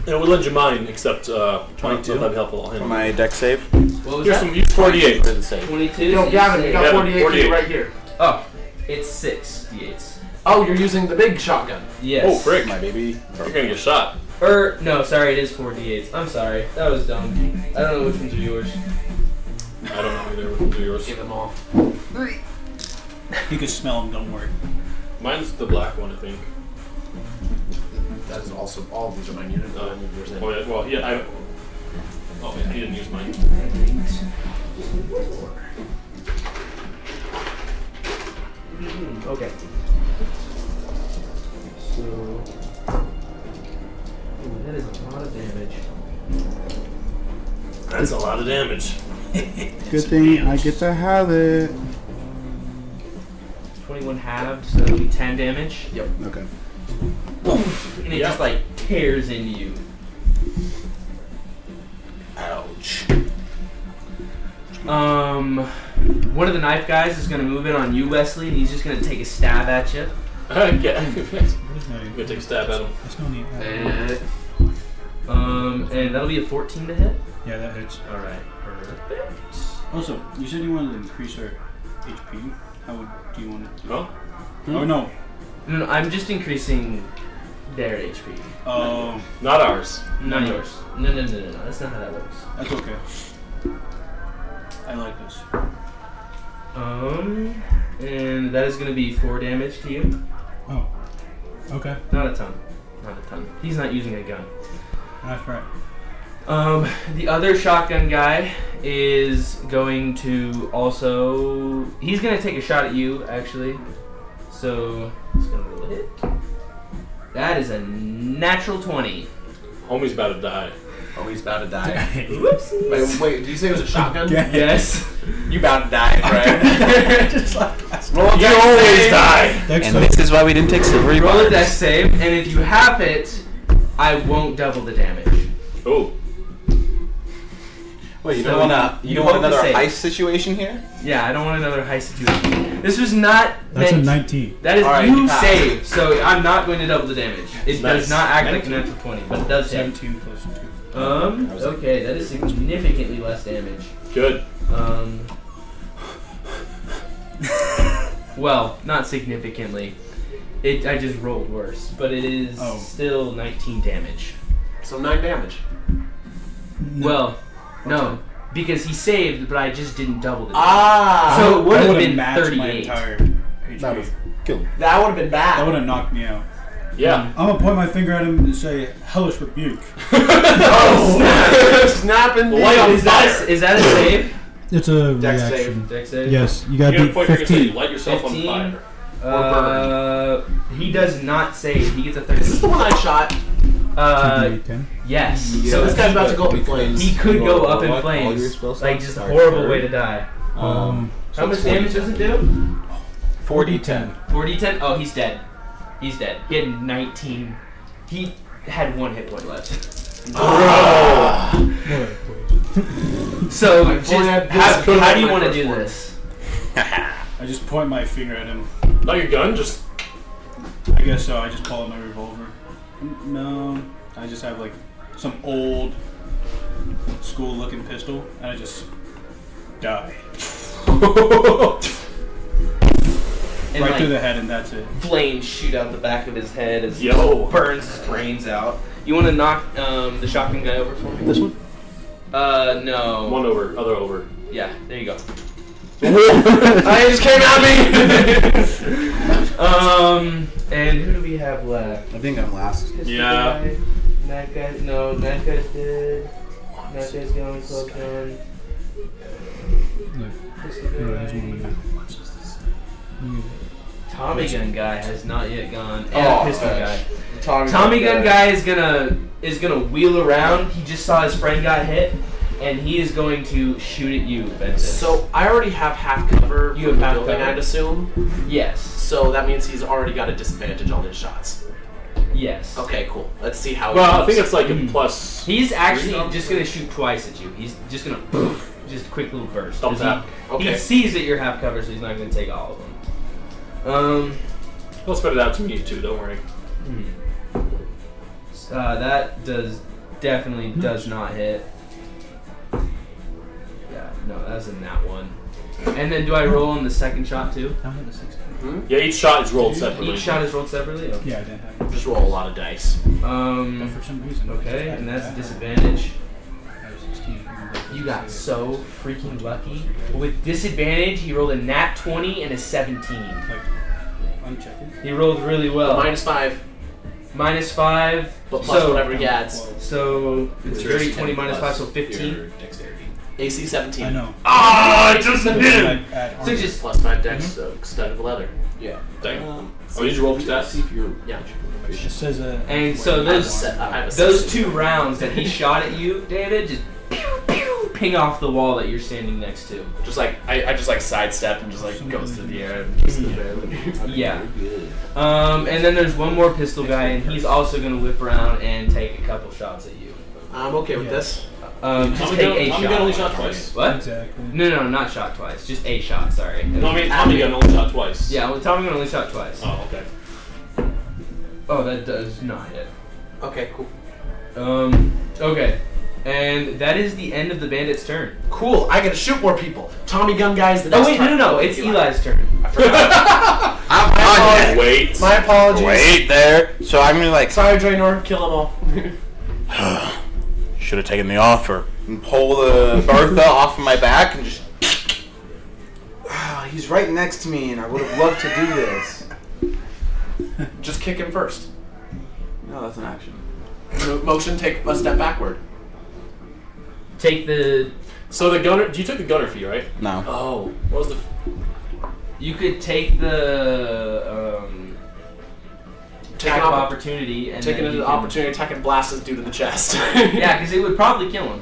S5: It would lend you mine, except uh,
S1: Twenty-two?
S5: That'd be helpful. I'll handle it.
S1: My deck save.
S2: What was
S5: Here's
S2: that?
S5: some. Use forty-eight.
S1: What is the save?
S2: 22.
S3: Yo,
S2: so
S3: Gavin,
S2: you
S3: you got
S2: say-
S5: Gavin,
S3: 48
S5: 48.
S3: right here.
S2: Oh, it's six d8s.
S3: Oh, you're using the big shotgun.
S2: Yes.
S5: Oh, frick!
S1: My baby.
S5: You're gonna get shot.
S2: Or no, sorry, it is four d8s. I'm sorry, that was dumb. I don't know which ones are yours.
S5: I don't know either. We'll do yours.
S3: Give them all.
S4: You can smell them, don't worry.
S5: Mine's the black one, I think.
S3: That is also, all of these are mine. You didn't know any of yours in.
S5: Oh, yeah, well, yeah, I. Oh, yeah, he didn't use mine.
S2: Okay. So Ooh, that is a lot of damage.
S5: That's a lot of damage.
S4: Good thing I get to have it.
S2: Twenty-one halved, so that'll be ten damage.
S4: Okay.
S2: and it
S5: Yeah.
S2: just like tears into you.
S1: Ouch.
S2: Um, one of the knife guys is gonna move in on you, Wesley, and he's just gonna take a stab at you.
S5: Okay. I'm
S4: Where's my-
S5: gonna take a stab at him.
S4: There's no need.
S2: Um, and that'll be a 14 to hit.
S4: Yeah, that hurts.
S2: All right, perfect.
S4: Also, you said you wanted to increase our HP. How would, do you want to do
S5: Huh?
S4: Oh, no.
S2: No, no, I'm just increasing their HP,
S4: Oh,
S5: Not ours.
S2: not
S4: No.
S2: yours. No, no, no, no, no. That's not how that works.
S4: that's okay. I like this.
S2: Um, and that is gonna be four damage to you.
S4: Oh. Okay.
S2: Not a ton. Not a ton. He's not using a gun.
S4: That's right.
S2: Um, the other shotgun guy is going to also. He's gonna take a shot at you, actually. So he's gonna roll a hit. That is a natural twenty.
S5: Homie's about to die.
S3: Oh, he's about to die.
S2: Whoopsies.
S3: wait, wait, did you say it was a shotgun? Yeah.
S2: Yes.
S3: You about to die, right? Just like, roll a
S5: You
S3: dex
S5: always
S3: save.
S5: die.
S4: Next
S1: is why we didn't take silvery
S2: Roll a dex save, and if you have it, I won't double the damage.
S5: Oh,
S1: Wait, you
S2: So,
S1: don't want to? You don't
S2: roll
S1: want
S2: the
S1: another
S2: save.
S1: ice situation here?
S2: Yeah, I don't want another high situation. This was not. meant-
S4: 19.
S2: That is
S3: All right,
S2: you
S3: you pass.
S2: save, so I'm not going to double the damage. It does
S5: Nice.
S2: not act like a natural twenty, but it does hit.
S4: 17 plus 2.
S2: Um. Okay, that is significantly less damage.
S5: good.
S2: Um. well, not significantly. It. I just rolled worse, but it is
S4: Oh.
S2: still 19 damage.
S3: So nine damage.
S2: Well, no, because he saved, but I just didn't double the damage.
S3: Ah.
S2: so it would have been
S4: matched
S2: 38.
S4: my entire HP.
S7: That was killed.
S3: That would have been bad.
S4: That would have knocked me out.
S5: Yeah.
S4: I'm gonna point my finger at him and say, "Hellish rebuke."
S3: Oh, snap. snap and
S5: Light on
S2: is, that
S5: fire.
S2: a, is that a save?
S9: It's a
S3: Dex
S9: reaction.
S2: Dex save.
S9: Yes, you
S5: You
S9: gotta
S5: gotta
S9: beat
S5: point your finger and say,
S9: fifteen.
S5: light yourself on
S2: 15.
S5: fire.
S2: Uh, he does not save. He gets a 13.
S3: Is this the one I shot?
S2: Uh,
S9: Eight, ten.
S2: yes.
S3: So
S2: So
S3: this guy's about to go up in flames.
S2: he could go up in
S1: What? All your
S2: flames.
S1: spell
S2: Like
S1: slots
S2: just a
S1: are
S2: horrible
S1: third.
S2: way to die.
S9: Um,
S2: How much damage does it do?
S1: 40 10.
S2: 4d10. Oh, he's dead. He's dead. He had 19. He had one hit point left.
S9: what?
S2: So just,
S3: boy, I-
S2: how,
S3: this-
S2: how do you
S3: my
S2: want to
S3: first
S2: do
S3: one.
S2: this?
S4: I just point my finger at him.
S5: Not your gun, just
S4: I guess so. I just pull out my revolver. No, I just have like some old school looking pistol, and I just die.
S2: And
S4: right
S2: like,
S4: through the head, and that's it.
S2: flames shoot out the back of his head as
S5: Yo.
S2: he burns his brains out. You want to knock um, the shotgun guy over for me? This one? Uh, no.
S5: One over, other over.
S2: Yeah, there you go. I just came at me. um, and who do we have left?
S4: I think I'm last.
S2: Pistol
S5: Yeah.
S2: guy, Knife guy. No, knife guy's dead. Knife guy's gone. Club gone. Pistol
S9: Yeah, there's
S2: guy.
S9: one there.
S2: Tommy gun guy has not yet gone. And
S3: Oh,
S2: pistol
S3: gosh.
S2: guy.
S3: Tommy,
S2: Tommy gun guy is gonna is gonna wheel around. He just saw his friend got hit, and he is going to shoot at you, Benson.
S3: So I already have half cover.
S2: You
S3: from the
S2: have half
S3: building,
S2: cover?
S3: I'd assume.
S2: yes,
S3: So that means he's already got a disadvantage on his shots.
S2: yes.
S3: Okay, cool. Let's see how. it
S5: Well, I
S3: goes.
S5: think it's like a
S2: Mm.
S5: plus.
S2: He's actually
S5: Three
S2: just gonna shoot twice at you. He's just gonna poof, just a quick little burst.
S5: Double
S2: 'Cause
S5: tap.
S2: He,
S3: Okay.
S2: he sees that you're half covered, so he's not gonna take all of them. Um,
S5: He'll spread it out to me too. Don't worry.
S2: hmm. uh, that does definitely does not hit. Yeah, no, that's in that one. And then do I roll on the second shot too?
S4: I'm at a six.
S5: Yeah, each shot is rolled separately.
S2: Each shot is rolled separately. Okay.
S4: Yeah, I didn't have it.
S3: just roll a lot of dice.
S4: But
S2: Um.
S4: for some reason,
S2: Okay, and that's a
S4: I-
S2: disadvantage.
S4: I was 16.
S2: You got so freaking lucky. With disadvantage, he rolled a nat 20 and a 17.
S4: Like, unchecking.
S2: He rolled really well.
S3: Minus five,
S2: minus five.
S3: but plus
S2: so,
S3: whatever he gets.
S4: Well,
S2: So it's
S5: Your
S2: 30, 20 minus five, so 15.
S3: AC seventeen.
S4: I know.
S5: Ah, I just
S4: But
S5: hit
S4: then
S5: him.
S4: I add
S2: So
S4: armor.
S2: just
S3: Plus five dex, so extend of leather.
S2: Mm-hmm.
S7: Yeah.
S5: Dang.
S7: Um,
S5: Oh, did you roll for stats?
S7: See if you're.
S3: Yeah.
S4: It says uh, a.
S2: and so
S3: I have a
S2: those
S3: se- I have a
S2: those
S3: 16.
S2: two rounds that he shot at you, David, just pew pew ping off the wall that you're standing next to.
S3: Just like I, I just like sidestep and just like goes through the air. And just
S2: Yeah. Um, and then there's one more pistol guy, and he's also gonna whip around and take a couple shots at you.
S3: I'm okay with this.
S2: Um, just
S5: Tommy
S2: take a
S5: gun, Tommy
S2: shot.
S5: gun only shot twice.
S2: What?
S9: Exactly.
S2: No, no, not shot twice. Just a shot. Sorry.
S5: Tommy, Tommy gun only shot twice.
S2: Yeah, well, Tommy gun only shot twice.
S5: Oh, okay.
S2: Oh, that does not hit.
S3: Okay, cool.
S2: Um. Okay. And that is the end of the bandit's turn.
S3: Cool. I gotta shoot more people. Tommy gun guys. The
S2: Oh
S3: next
S2: wait, no, no,
S3: time.
S2: no. It's Eli's turn.
S3: I forgot.
S1: I'm on it.
S5: Wait.
S3: My apologies.
S1: Wait there. So I'm gonna like
S3: Sorry, Draenor. Kill them all.
S1: should have taken the offer and pull the Bertha off of my back and just. He's right next to me, and I would have loved to do this.
S3: just kick him first.
S1: No, that's an action.
S3: Mo- Motion. Take a step backward.
S2: Take the.
S5: So the gunner, you took the gunner fee, right?
S1: No.
S5: Oh, what was the?
S2: You could take the um,
S3: Take
S2: attack
S3: an
S2: of
S3: opp-
S2: opportunity and
S3: Taking
S2: then
S3: an
S2: you can-
S3: opportunity attack and blast this dude in the chest.
S2: Yeah, because it would probably kill him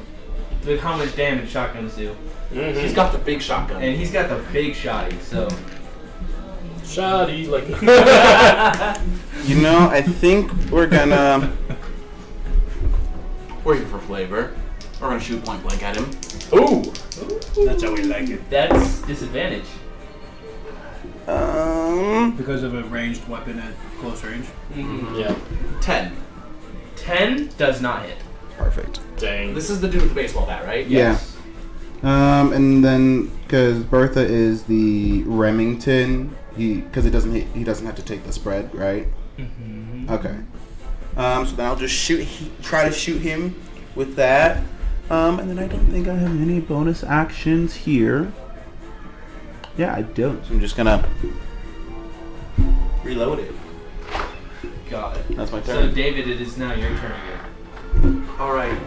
S2: with how much damage shotguns do,
S3: He's got the big shotgun.
S2: and he's got the big shotty. So.
S5: Shoddy, like.
S1: You know, I think we're gonna.
S7: We're here for flavor. We're gonna shoot point blank at him.
S5: Ooh.
S4: That's how we like it.
S2: That's disadvantage.
S1: Um.
S4: Because of a ranged weapon at close range.
S5: Yeah.
S7: Ten.
S2: Ten does not hit.
S1: Perfect.
S5: Dang.
S3: This is the dude with the baseball bat, right?
S1: Yeah. Um, and then because Bertha is the Remington, he because it doesn't he, he doesn't have to take the spread, right?
S2: Mm-hmm.
S1: Okay. Um, so then I'll just shoot, he, try to shoot him with that. Um, and then I don't think I have any bonus actions here. Yeah, I don't. So I'm just gonna reload it.
S2: Got it.
S1: That's my
S2: So
S1: turn.
S2: David, it is now your turn again.
S3: All right.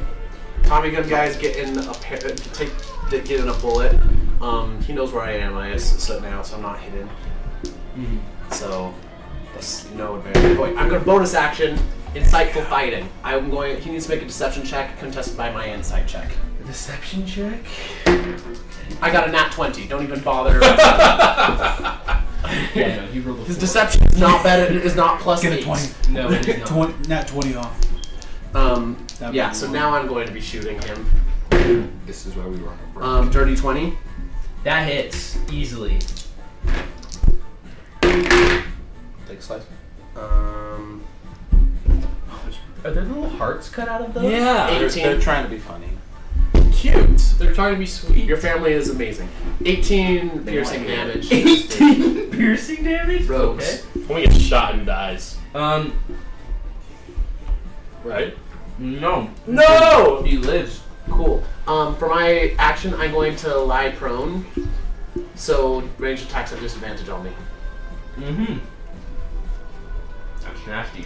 S3: Tommy gun guys get in a pair, take they get in a bullet. Um, he knows where I am. I is sitting out, so I'm not hidden. So that's no advantage. Wait, I'm gonna bonus action insightful fighting. I'm going. He needs to make a deception check contested by my insight check.
S2: Deception check.
S3: I got a nat twenty. Don't even bother.
S2: Yeah, no, he rolled a
S3: His
S2: four.
S3: deception is not better. It is not plus
S4: Get a
S3: eight.
S4: 20.
S2: No, it is not.
S4: 20 not 20 off.
S3: Um,
S4: That'd
S3: yeah.
S4: be
S3: So
S4: more.
S3: now I'm going to be shooting him.
S7: This is why we rock. and roll.
S3: Um, dirty twenty.
S2: That hits easily.
S7: Take slice.
S3: Um,
S2: Are there little hearts cut out of those?
S5: Yeah.
S1: They're,
S3: 18.
S1: they're trying to be funny.
S3: cute. They're trying to be sweet. Your family is amazing. 18 piercing
S5: like it.
S3: damage.
S2: 18 piercing damage?
S3: Rogues.
S5: When we get shot and dies,
S2: Okay. Um,
S5: right?
S2: no.
S3: No!
S2: He lives.
S3: Oh! Cool. Um, for my action, I'm going to lie prone. So range attacks have disadvantage on me.
S2: Mm-hmm. That's nasty.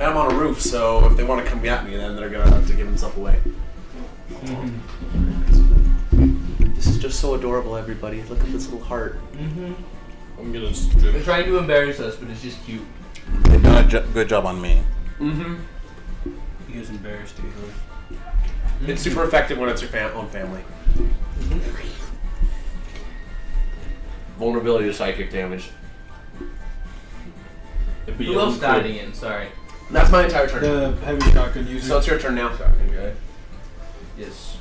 S3: And I'm on a roof, so if they want to come at me, then they're gonna have to give themselves away.
S2: Mm-hmm.
S3: This is just so adorable, everybody. Look at this little heart.
S2: Mm-hmm.
S5: I'm gonna strip.
S2: They're trying to embarrass us, but it's just cute.
S1: They've done a jo- good job on me.
S3: Mm-hmm.
S4: He was embarrassed easily.
S3: It's super effective when it's your fam- own family.
S7: Vulnerability to psychic damage.
S5: It'd be
S2: Who else
S5: uncool.
S2: died again? Sorry.
S3: That's my entire turn.
S9: The heavy shotgun user.
S3: So it's your turn now.
S2: Yes.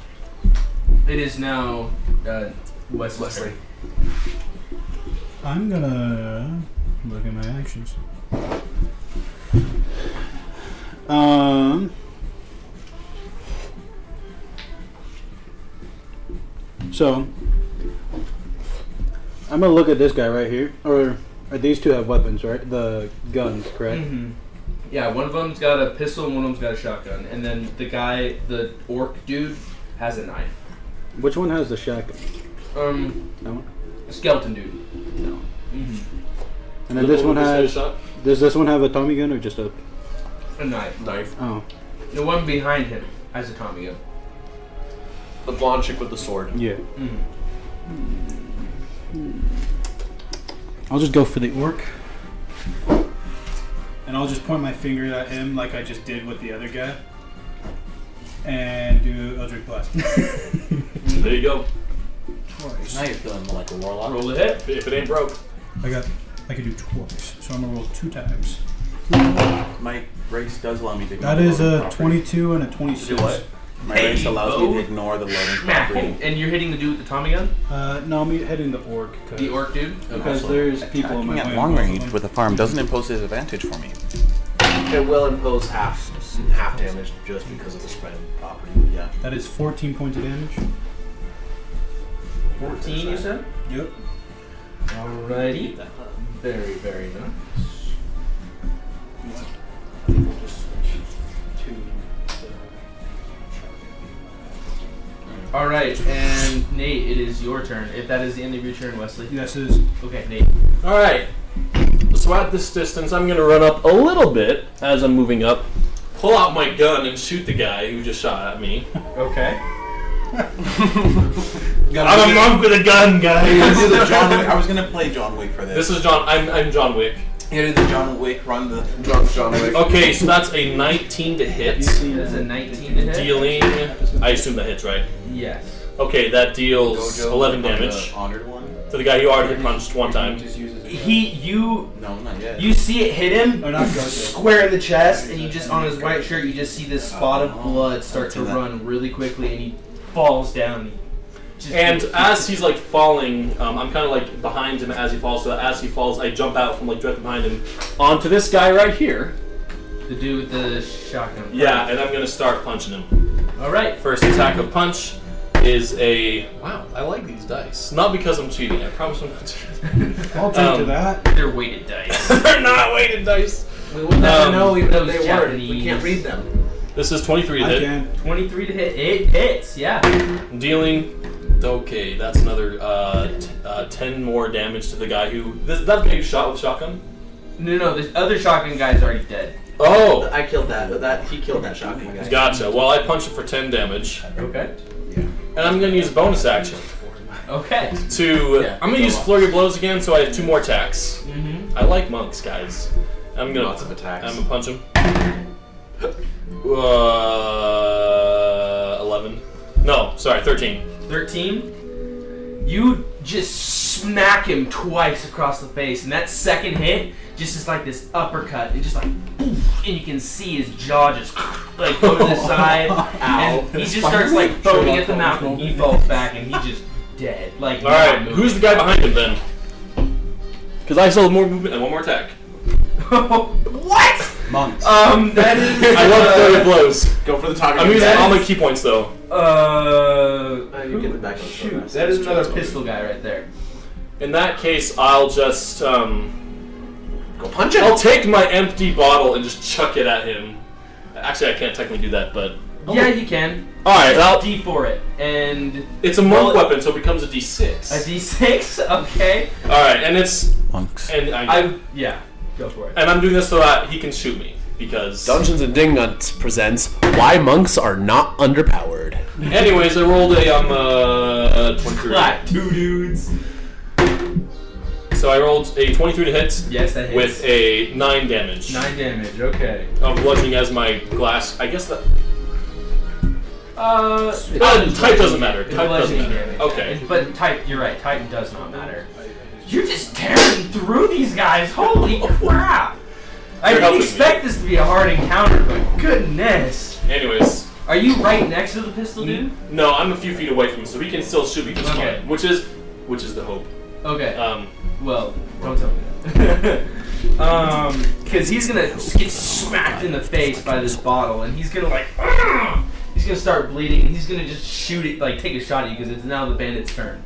S2: It is now uh, Wes
S3: Wesley.
S9: I'm gonna look at my actions. Um. So, I'm gonna look at this guy right here, or uh, these two have weapons, right? The guns, correct?
S2: Mm-hmm. Yeah, one of them's got a pistol and one of them's got a shotgun. And then the guy, the orc dude, has a knife.
S9: Which one has the shotgun?
S2: Um,
S9: That one?
S2: skeleton dude.
S9: No.
S2: Mm-hmm.
S9: And then this
S5: Little
S9: one has.
S5: shot.
S9: Does this one have a Tommy gun or just a?
S2: A knife.
S3: Knife.
S9: Oh,
S2: The one behind him has a Tommy gun.
S3: The blonde chick with the sword.
S9: yeah.
S2: Mm.
S9: Hmm. I'll just go for the orc. And I'll just point my finger at him like I just did with the other guy. And do Eldritch Blast.
S5: There you go.
S7: Now you're feeling more like a warlock.
S5: Roll the hit. If it ain't broke.
S9: I got, I can do twice, so I'm gonna roll two times.
S1: My race does allow me to. ignore
S9: That
S1: the
S9: is
S1: loading
S9: a
S1: property.
S9: 22 and a 26.
S1: Do what? My
S2: Hey,
S1: race allows me
S2: Bo.
S1: to ignore the loading
S2: Smack.
S1: property.
S2: And you're hitting the dude with the Tommy gun?
S9: Uh, no, I'm hitting the orc. 'cause-
S2: The orc dude?
S9: Because there's people in
S1: Attacking
S9: my way.
S1: at
S9: on
S1: long
S9: both of
S1: range
S9: them.
S1: with a farm doesn't impose disadvantage for me.
S3: It will impose half half damage just because of the spread property. But yeah.
S9: That is 14 points of damage.
S2: 14, you said?
S9: Yep.
S2: Alrighty. Very, very nice. Alright, and Nate, it is your turn. If that is the end of your turn, Wesley.
S9: Yes, it is.
S2: Okay, Nate.
S5: All right. So at this distance, I'm gonna run up a little bit as I'm moving up. Pull out my gun and shoot the guy who just shot at me.
S2: Okay.
S5: I'm a monk with a gun,
S1: I
S5: guys.
S1: do the John Wick- I was gonna play John Wick for
S5: this
S1: this.
S5: is John. I'm, I'm John Wick.
S1: You did the John Wick run the
S3: John Wick.
S5: Okay, so that's a 19 to hit,
S2: That is a 19 to hit.
S5: dealing. I assume that hits, right?
S2: Yes.
S5: Okay, that deals 11 damage
S7: The honored one.
S5: to the guy who already punched one time.
S7: Just uses. his-
S2: He, you,
S7: No, not yet.
S2: you see it hit him
S9: Or not go to.
S2: square in the chest, and you just on his white shirt, you just see this spot of blood start to
S1: Do that.
S2: run really quickly, and he falls down. Just-
S5: And as he's like falling, um, I'm kind of like behind him as he falls. So as he falls, I jump out from like directly behind him onto this guy right here.
S2: the dude with the shotgun.
S5: Yeah, and I'm gonna start punching him.
S2: All right.
S5: First attack of punch is a wow. I like these dice. Not because I'm cheating. I promise I'm not cheating.
S9: I'll drink to
S5: Um,
S9: that.
S2: They're weighted dice.
S5: They're not weighted dice.
S3: We would never
S5: Um,
S3: know even if
S2: those
S3: they were. We
S2: Japanese-
S3: can't read them.
S5: This is 23 to
S9: I
S5: hit.
S9: can.
S2: Twenty-three to hit. It hits. Yeah.
S5: Dealing. Okay, that's another uh, t- uh, 10 more damage to the guy who. This, that big shot with shotgun?
S2: No, no. The other shotgun guy's already dead.
S5: Oh!
S3: I killed that. That he killed that shotgun guy.
S5: Gotcha. Well, I punch it for 10 damage.
S2: Okay.
S5: And I'm gonna use bonus action
S2: Okay.
S5: to.
S7: Yeah,
S5: I'm gonna
S7: go
S5: use
S7: off.
S5: Flurry of Blows again, so I have two more attacks.
S2: Mm-hmm.
S5: I like monks, guys. I'm gonna.
S7: Lots of attacks.
S5: I'm gonna punch him. Uh, 11. No, sorry, 13.
S2: Thirteen. You just smack him twice across the face, and that second hit just is like this uppercut, and just like, oof, and you can see his jaw just like go to the side, and he just starts like foaming at the mouth, and he falls back, and he just dead. Like, not
S5: Alright,
S2: moving.
S5: who's the guy behind him then? Because I still have more movement and one more attack.
S2: what?
S9: Monks.
S2: Um, that is.
S5: I love thirty blows.
S7: Go for the target.
S5: I'm using
S2: That
S5: all my
S2: is-
S5: key points though.
S2: Uh,
S3: Uh, you get the back of the
S2: shoot,
S3: photos.
S2: that is another pistol guy right there.
S5: In that case, I'll just um,
S3: Go punch it.
S5: I'll take my empty bottle and just chuck it at him. Actually, I can't technically do that, but
S2: Yeah, you can.
S5: all right. I'll,
S2: D for it and
S5: it's a monk
S2: Well-
S5: weapon, so it becomes a
S2: a
S5: D6.
S2: D6. Okay,
S5: All right, and it's
S4: Monks.
S5: and I,
S2: I yeah, go for it.
S5: and I'm doing this so that he can shoot me because.
S3: Dungeons and Dingnuts presents Why Monks Are Not Underpowered.
S5: Anyways, I rolled a um uh, 23.
S2: Clap two dudes.
S5: So I rolled a 23 to hit
S2: Yes, that hits.
S5: with a nine damage.
S2: nine damage. Okay.
S5: I'm bludgeoning as my glass. I guess that
S2: Uh,
S3: Oh,
S5: uh, type doesn't matter.
S2: It's
S5: Type doesn't
S2: bludgeoning
S5: matter.
S2: damage.
S5: Okay.
S2: But type, you're right. Titan does not matter. You're just tearing through these guys. Holy crap! I
S5: You're
S2: didn't
S5: helping
S2: expect this to be a hard encounter, but goodness.
S5: Anyways,
S2: Are you right next to the pistol
S5: Mm-hmm.
S2: dude?
S5: no, I'm a few feet away from him, so he can still shoot me just
S2: Okay.
S5: fine. Which is, which is the hope.
S2: Okay.
S5: Um,
S2: Well, don't tell me that. um, because he's gonna get smacked in the face by this bottle, and he's gonna like, "Argh!" he's gonna start bleeding, and he's gonna just shoot it, like take a shot at you, because it's now the bandit's turn.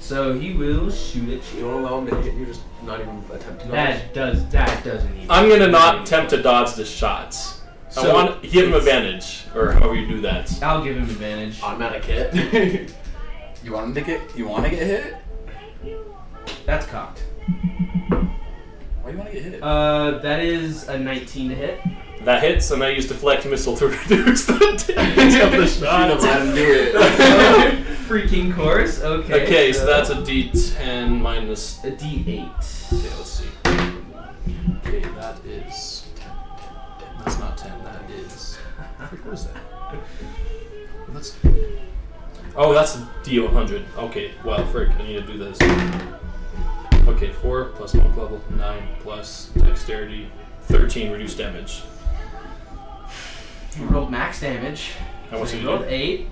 S2: So he will shoot at you.
S3: You don't allow him to hit you, just not even attempting
S2: That does that doesn't even.
S5: I'm gonna not attempt to dodge the shots. I
S2: So-
S5: want give him advantage, or however you do that.
S2: I'll give him advantage.
S3: Automatic hit.
S7: You want him to get? You want to get hit?
S2: That's cocked.
S7: Why do you want to get hit?
S2: Uh, that is a 19 to hit.
S5: That hits, and I use deflect missile to reduce the damage of the shot.
S7: him do
S2: Freaking course. Okay. Uh,
S5: Okay, uh, so that's a D10 minus.
S2: a D8.
S5: Okay, let's see. Okay, that is 10, 10, 10. That's not 10. That is. What is that? That's. Oh, that's a D100. Okay, wow, frick. I need to do this. Okay, 4 plus monk level, 9 plus dexterity, 13 reduced damage.
S2: You rolled max damage.
S5: How much
S2: so
S5: did
S2: you
S5: you
S2: rolled
S5: do?
S2: eight.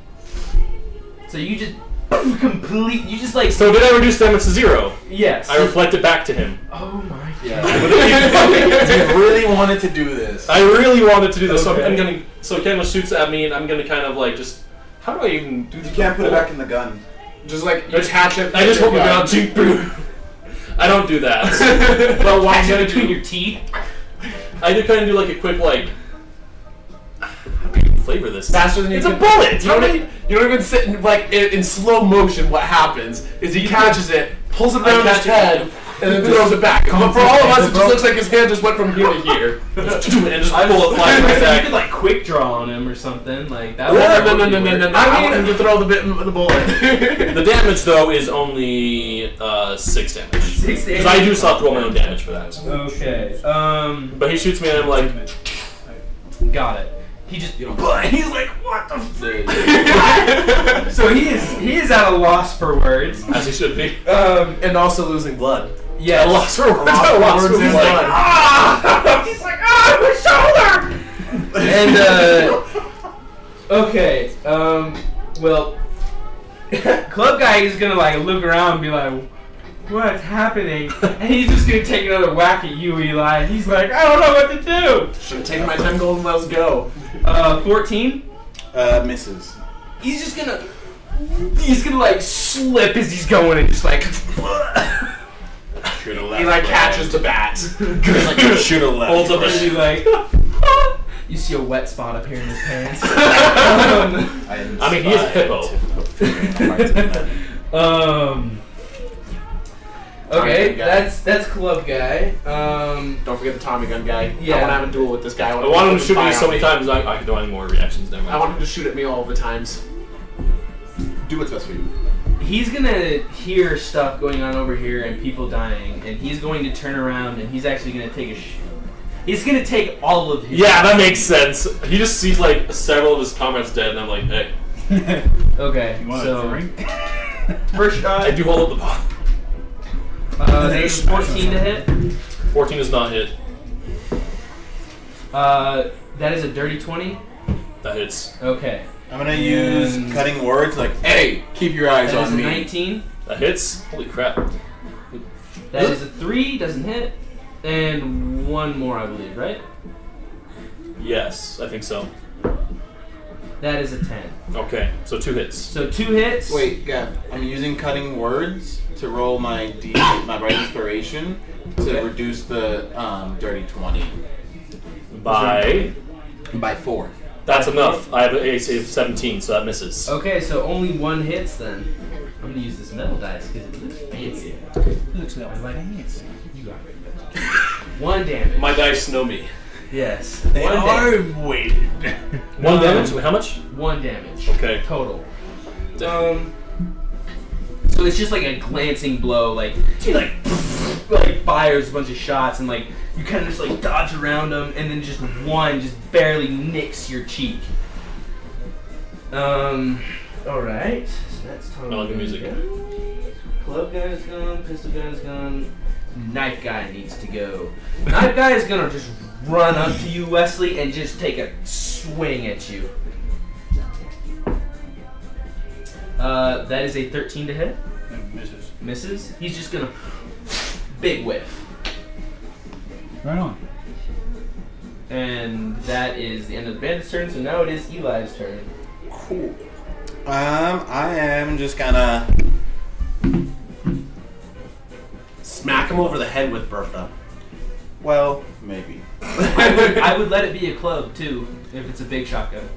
S2: So you just complete. You just like
S5: So did I reduce damage to zero?
S2: yes.
S5: I reflect it back to him.
S2: oh my god.
S7: you really wanted to do this.
S5: I really wanted to do this, so I'm, I'm
S2: Okay.
S5: gonna. So Kendall shoots at me, and I'm gonna kind of like just. How do I even do
S1: You
S5: this?
S1: can't put it back in the gun.
S7: Just like you attach it.
S5: I just hope
S7: hope
S5: my ground chink boom. I don't do that.
S3: but why
S2: Catch it between your teeth.
S5: I do kind of do like a quick like. How do you even flavor this?
S3: faster than you
S5: It's a
S3: can-
S5: bullet!
S3: You don't, even, you don't even sit in, like in, in slow motion. What happens is he catches it, pulls it around his
S5: catch it.
S3: head, and then throws it back. But for all of us, it just looks like his hand just went from here to here.
S5: Just and just pull it flying right
S2: you could
S5: back.
S2: like quick draw on him or something like that.
S3: No,
S2: would
S3: no, no,
S2: totally
S3: no, no,
S2: work.
S3: no, no. I want him to throw the bit the bullet.
S5: The damage though is only uh, six damage.
S2: Six
S5: Because I do
S2: damage.
S5: soft roll my own damage for that.
S2: Okay. Um.
S5: But he shoots me and I'm like,
S2: Got it. He just.
S7: You don't-
S2: But he's like, what the. F-? so he is. He is at a loss for words.
S5: as he should be.
S2: Um.
S3: and also losing blood.
S2: Yeah.
S5: I lost for words. I
S3: for
S5: lost
S3: words
S5: for
S3: is
S5: blood.
S2: Ah! He's like, ah, my shoulder! And, uh, okay, um, well, Club Guy is gonna, like, look around and be like, what's happening? And he's just gonna take another whack at you, Eli. He's like, I don't know what to
S3: Should have taken my ten gold and let's go.
S2: do! Uh, 14?
S1: Uh, misses.
S2: He's just gonna, he's gonna, like, slip as he's going and just, like,
S5: Shoot a left.
S3: Eli catches the bat.
S1: Shoot a left.
S5: Holds up
S2: and
S5: the
S2: be like, you see a wet spot up here in his pants. Um,
S5: I mean, he is a hippo.
S2: Um. Okay,
S3: Tommy gun guy.
S2: that's that's club guy. Um.
S3: Don't forget the Tommy gun guy.
S2: Yeah.
S3: I want to have a duel with this guy.
S5: I want him to shoot me so many
S3: times.
S5: times. I, I can do any more reactions. Never
S3: I
S5: mind.
S3: want him to shoot at me all the times.
S7: Do what's best for you.
S2: he's gonna hear stuff going on over here and people dying, and he's going to turn around and he's actually gonna take a. Sh- he's gonna take all of his.
S5: Yeah, that makes sense. He just sees like several of his comrades dead, and I'm like, hey,
S2: Okay.
S4: You want
S2: so
S4: a drink?
S2: first
S5: I
S2: shot.
S5: do hold up the bottle.
S2: Uh, that is fourteen to hit.
S5: 14 is not hit.
S2: Uh, that is a dirty twenty.
S5: That hits.
S2: Okay.
S1: I'm gonna use
S2: And-
S1: cutting words like
S7: Hey, keep your eyes
S2: That is
S7: on
S2: a
S7: me.
S2: nineteen.
S5: That hits. Holy crap.
S2: That is a three. Doesn't hit. And one more, I believe. Right.
S5: Yes, I think so.
S2: That is a 10.
S5: Okay, so two hits.
S2: So two hits.
S1: Wait, Gav, I'm using cutting words to roll my D, my right inspiration to reduce the um, dirty 20
S5: By
S7: By four.
S5: that's enough. I have an AC of 17, so that misses.
S2: Okay, so only one hits then. I'm gonna use this metal dice because it looks fancy.
S4: Looks that way. Fancy.
S2: You got rid of it. One damage.
S3: My dice know me.
S2: yes. one damage.
S4: weighted.
S5: One damage. How much?
S2: One damage.
S5: Okay.
S2: Total. Um. So it's just like a glancing blow, like he like like fires a bunch of shots and like you kind of just like dodge around them and then just one just barely nicks your cheek. Um. All right. So that's Tom.
S5: I like the music.
S2: Club guy is gone. Pistol guy is gone. Knife guy needs to go. Knife guy is gonna just run up to you, Wesley, and just take a swing at you. Uh, that is a 13 to hit.
S4: Misses.
S2: Misses. He's just gonna big whiff,
S4: Right on.
S2: and that is the end of the bandit's turn. So now it is Eli's turn.
S1: Cool. Um, I am just gonna
S3: Smack him over the head with Bertha.
S1: well, maybe.
S2: I would, I would let it be a club too, if it's a big shotgun.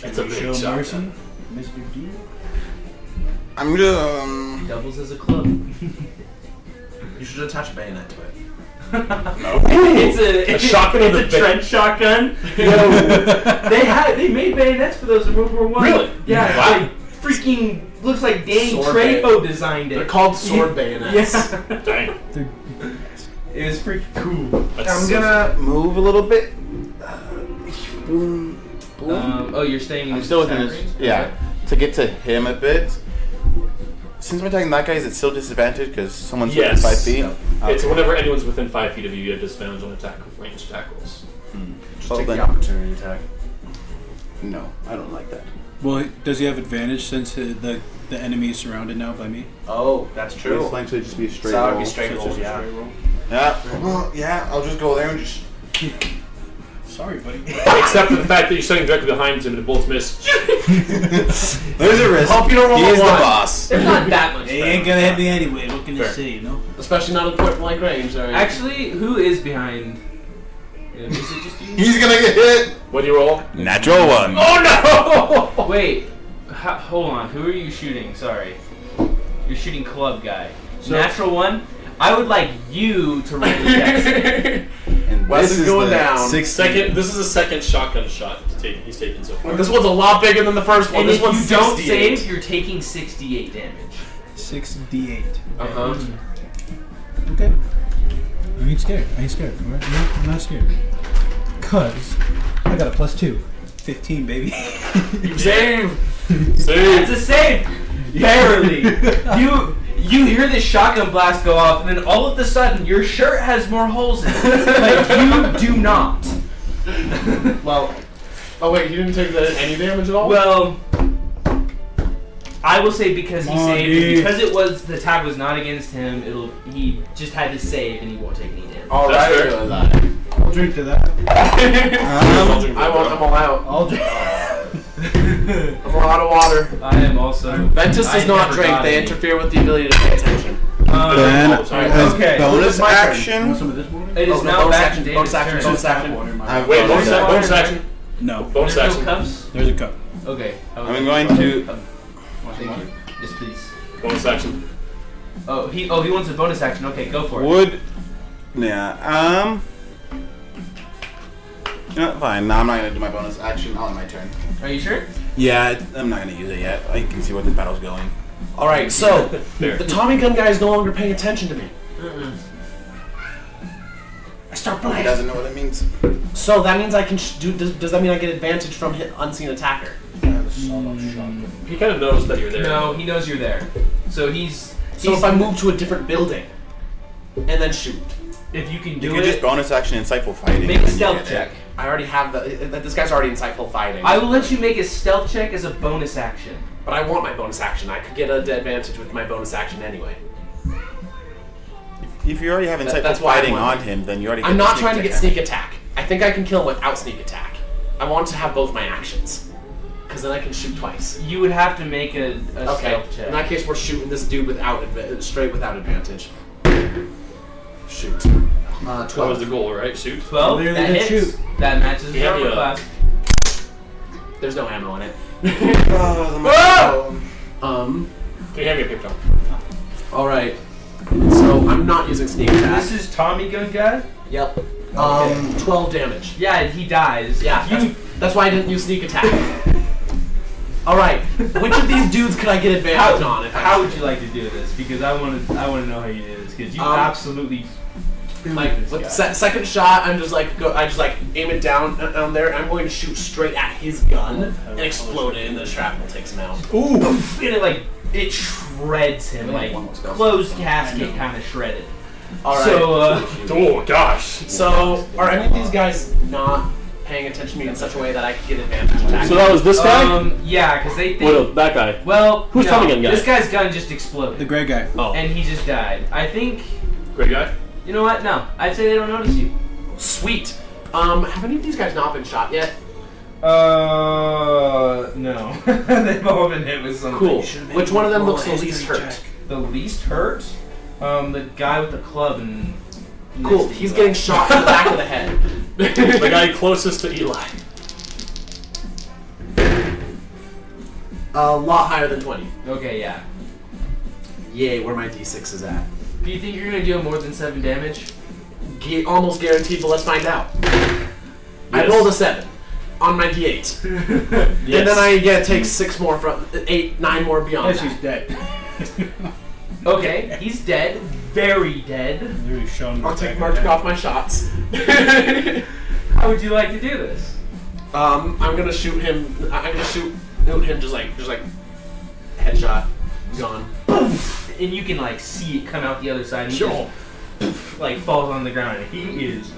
S5: That's a
S4: We
S5: big
S4: show
S5: shotgun.
S4: mercy, Mr. D.
S1: I'm just um,
S2: Doubles as a club.
S3: You should attach a bayonet to it.
S2: it's a,
S5: A shotgun
S2: It's
S5: with
S2: a
S5: a ba-
S2: trench shotgun. they had they made bayonets for those in World War One.
S5: Really?
S2: Yeah. it's
S5: Wow.
S2: Like, freaking looks like Danny
S3: Sword
S2: Trejo designed
S3: They're
S2: it.
S3: called sword bayonets.
S2: Yeah.
S5: Dang.
S2: it was freaking cool.
S5: That's
S1: I'm
S5: so-
S1: gonna move a little bit. Boom, boom.
S2: Um, oh, you're staying. in
S1: I'm
S2: the
S1: still within
S2: attack
S1: his,
S2: range?
S1: yeah. To get to him a bit. Since I'm attacking that guy, is it still disadvantage because someone's
S5: Yes.
S1: within five feet?
S5: No.
S1: Okay.
S5: It's whenever anyone's within five feet of you, you have disadvantage on attack range attack rolls.
S3: Just
S1: Well,
S3: take
S1: Oh, then-
S3: the opportunity attack.
S1: No, I don't like that.
S4: Well, does he have advantage since the the, the enemy is surrounded now by me?
S3: Oh, that's
S1: It's
S3: true.
S1: likely to just be a straight
S3: So that would
S1: roll.
S3: be straight
S1: So it's
S3: roll,
S1: just a
S3: yeah.
S1: Yeah. Well, yeah. I'll just go there and just.
S4: Sorry, buddy.
S5: Except for the fact that you're standing directly behind him and the bolts miss.
S1: There's a risk.
S3: Hope you don't roll
S1: He
S3: a
S1: is the
S3: one.
S1: boss.
S2: There's not that much.
S4: They
S2: better.
S4: ain't gonna hit me anyway. What can I
S5: Fair.
S4: say? You know.
S3: Especially not at point blank range. Are you?
S2: Actually, who is behind? Is it just you?
S1: He's gonna get hit.
S5: What do you roll?
S1: Natural one.
S5: Oh no!
S2: Wait, ho- hold on. Who are you shooting? Sorry, you're shooting club guy. Natural one. I would like you to roll the dex.
S1: And
S3: Wes is going down.
S1: Six
S5: Second, this is the second shotgun shot he's taken, he's taken so far.
S3: This one's a lot bigger than the first one.
S2: and
S3: this
S2: if
S3: one's
S2: you don't
S3: 68.
S2: save, you're taking 68 damage.
S4: Six D eight.
S3: Uh-huh.
S4: Okay. I ain't scared. I ain't scared. I'm not, I'm not scared. Cause I got a plus two. Fifteen, baby.
S5: Save!
S2: That's
S5: Save!
S2: a save. Barely. you you hear this shotgun blast go off, and then all of a sudden your shirt has more holes in it. like you do not.
S3: Well, oh wait, you didn't take the, any damage at all.
S2: Well, I will say because he
S4: Come on,
S2: saved,
S4: dude.
S2: because it was the tag was not against him. It'll he just had to save and he won't take any damage.
S1: All
S5: That's
S1: right.
S5: fair.
S1: you're alive.
S4: I'll drink to that.
S1: Um,
S3: I want. I'm all out.
S4: I'll drink.
S3: I'm all out of water.
S2: I am also.
S3: Ventus does
S2: I
S3: not
S2: never
S3: drink.
S2: got
S3: They
S2: any.
S3: interfere with the ability to pay attention.
S2: Um,
S1: then
S5: Oh, sorry.
S1: as
S2: Okay.
S1: bonus
S3: My turn.
S4: Want
S1: action.
S4: some of this water?
S2: it is
S3: Oh, no,
S2: now
S3: bonus
S2: back
S3: action,
S2: to David's
S3: bonus action,
S2: turn.
S3: bonus action.
S1: I've
S5: Wait,
S1: got
S5: bonus,
S1: that.
S5: action, bonus action.
S4: No.
S5: Bonus
S2: There's no
S5: action.
S2: cups.
S4: There's a cup.
S2: Okay. okay.
S1: I'm going to.
S2: Thank you. Yes, please.
S5: Bonus action.
S2: Oh, he oh he wants a bonus action. Okay, go for it.
S1: Would. Yeah. Um. You know, what, fine. No, I'm not gonna do my bonus action on my turn.
S2: Are you sure?
S1: Yeah, I'm not gonna use it yet. I can see where the battle's going.
S3: All right, so
S5: There.
S3: the Tommy gun guy is no longer paying attention to me. I start
S1: He
S3: blasting.
S1: doesn't know what it means.
S3: So that means I can sh- do. Does, does that mean I get advantage from hit unseen attacker?
S5: He kind of knows that you're there.
S2: No, he knows you're there. So he's.
S3: So
S2: he's-
S3: if I move to a different building and then shoot,
S2: if you can
S1: You
S2: do
S1: could just
S2: it,
S1: bonus action insightful fighting.
S2: make a
S1: and you
S2: stealth
S1: get it.
S2: check.
S3: I already have the. uh, This guy's already insightful fighting.
S2: I will let you make a stealth check as a bonus action.
S3: but I want my bonus action. I could get an advantage with my bonus action anyway.
S1: If you already have insightful
S3: that's why I
S1: fighting
S3: want
S1: on him, then you already.
S3: I'm
S1: get
S3: not
S1: sneak
S3: trying to
S1: attack.
S3: get sneak attack. I think I can kill him without sneak attack. I want to have both my actions. Because then I can shoot twice.
S2: You would have to make a, a
S3: Okay.
S2: stealth check.
S3: In that case, we're shooting this dude without adva- straight without advantage. Shoot. Uh,
S5: That was the
S3: Twelve.
S5: goal, right? Shoot.
S2: Twelve.
S4: Literally
S2: That
S4: didn't
S2: hits.
S4: shoot.
S2: That matches his
S5: Yeah,
S2: armor
S5: yeah.
S2: class.
S3: There's no ammo in it.
S2: Oh,
S5: Ah!
S3: Um.
S5: Can you hand me a picture?
S3: All right. So I'm not using sneak attack.
S2: This is Tommy Gun guy.
S3: Yep. Um. Twelve damage.
S2: Yeah, he dies.
S3: Yeah,
S2: You,
S3: that's, that's why I didn't use sneak attack. All right, which of these dudes could I get
S2: how,
S3: advantage on? If I-
S2: how would you like to do this? Because I want to. I want to know how you do this because you
S3: Um,
S2: absolutely.
S3: like
S2: this
S3: with
S2: guy.
S3: se- second shot? I'm just like go, I just like aim it down uh, down there. And I'm going to shoot straight at his gun and explode it, and the shrapnel takes him out.
S2: Ooh. And it like it shreds him like closed casket kind of shredded.
S3: All right.
S2: So uh,
S5: Oh gosh.
S3: So, are any of these guys not paying attention to me in such a way that I could get advantage attack?
S10: So that was this guy?
S2: um, yeah, because they think.
S10: What else? That guy.
S2: Well,
S10: Who's
S2: no,
S10: Tommy Gun guy?
S2: This guy's gun just exploded.
S4: The gray guy.
S10: Oh.
S2: and he just died. I think.
S5: Great guy.
S2: You know what? No, I'd say they don't notice you.
S3: Sweet. Um, have any of these guys not been shot yet?
S2: Uh, no. They've all been hit with something.
S3: Cool. Which one of them looks the least hurt?
S2: The least hurt, um, the guy with the club and.
S3: Cool. He's getting shot in the back of the head.
S5: The guy closest to Eli.
S3: A lot higher than twenty.
S2: Okay, yeah.
S3: Yay, where my d6 is at.
S2: Do you think you're gonna deal more than seven damage?
S3: Gu- almost guaranteed, but let's find out. I
S5: Yes.
S3: rolled a 7 on my d8. And then I yeah, take 6 more from, 8, 9 more beyond
S4: Yes, he's
S3: that.
S4: dead.
S2: Okay, he's dead. Very dead.
S4: Literally shown.
S3: I'll take mark off my shots.
S2: How would you like to do this?
S3: um, I'm gonna shoot him, I- I'm gonna shoot, shoot him just like, just like, headshot, gone.
S2: And you can like see it come out the other side. And he just, like falls on the ground. and He is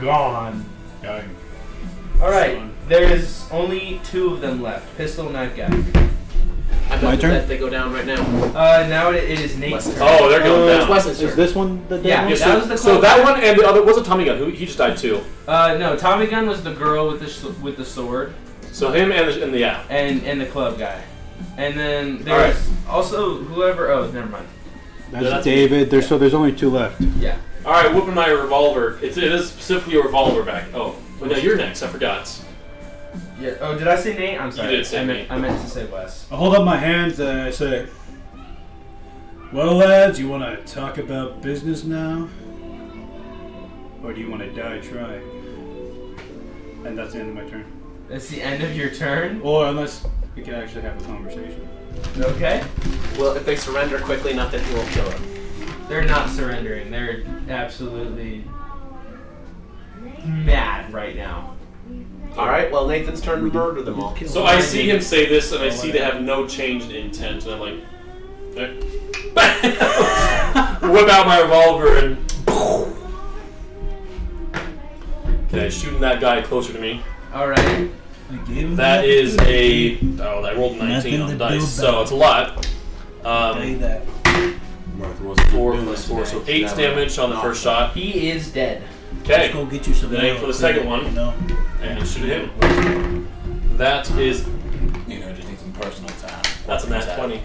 S2: gone. All right, there is only two of them left. Pistol and knife guy.
S3: I bet
S4: My
S3: that
S4: turn?
S3: they go down right now.
S2: Uh, now it it is Nate's turn.
S5: Oh, they're going
S10: Uh,
S5: down.
S3: It's Wes's
S10: Is
S3: turn.
S10: this one the dead
S2: Yeah.
S10: one?
S5: Yeah, so,
S2: That was the
S5: so
S2: close
S5: that
S2: one.
S5: one and the other was a Tommy gun. Who he just died too.
S2: Uh, no, Tommy Gun was the girl with the sh- with the sword
S5: So him and the, and the yeah.
S2: and and the club guy, and then
S5: All right.
S2: there's also whoever. Oh, never mind.
S10: Yeah, that's
S4: That's David. There's so there's only two left.
S2: Yeah.
S5: All right, whooping my revolver. It's, it is specifically a revolver back. Oh, well, no, you're next. I forgot.
S2: Yeah. Oh, did I say Nate? I'm sorry.
S5: did say
S2: I meant,
S5: Nate.
S2: I meant to say Wes.
S4: I hold up my hands and I say, "Well, lads, you want to talk about business now, or do you want to die trying?" And that's the end of my turn.
S2: That's the end of your turn.
S4: Or unless we can actually have a conversation.
S2: Okay.
S3: Well, if they surrender quickly enough, then he will kill him.
S2: They're not surrendering. They're absolutely mad right now.
S3: Alright, well, Nathan's turn to murder them all.
S5: So I see him say this, and I see they have no changed intent, and I'm like, eh. whip out my revolver and. Okay, shooting that guy closer to me.
S2: All right.
S4: I gave him
S5: That is a. Oh, I rolled 19 on the dice, so it's a lot. Um,
S4: that.
S5: four plus four, so eight damage on the first shot.
S2: He is dead.
S5: Okay.
S4: get you some.
S5: Then aim for the second one.
S4: No.
S5: and shoot him. That is
S7: You know, just need some personal time.
S5: that's a nat twenty.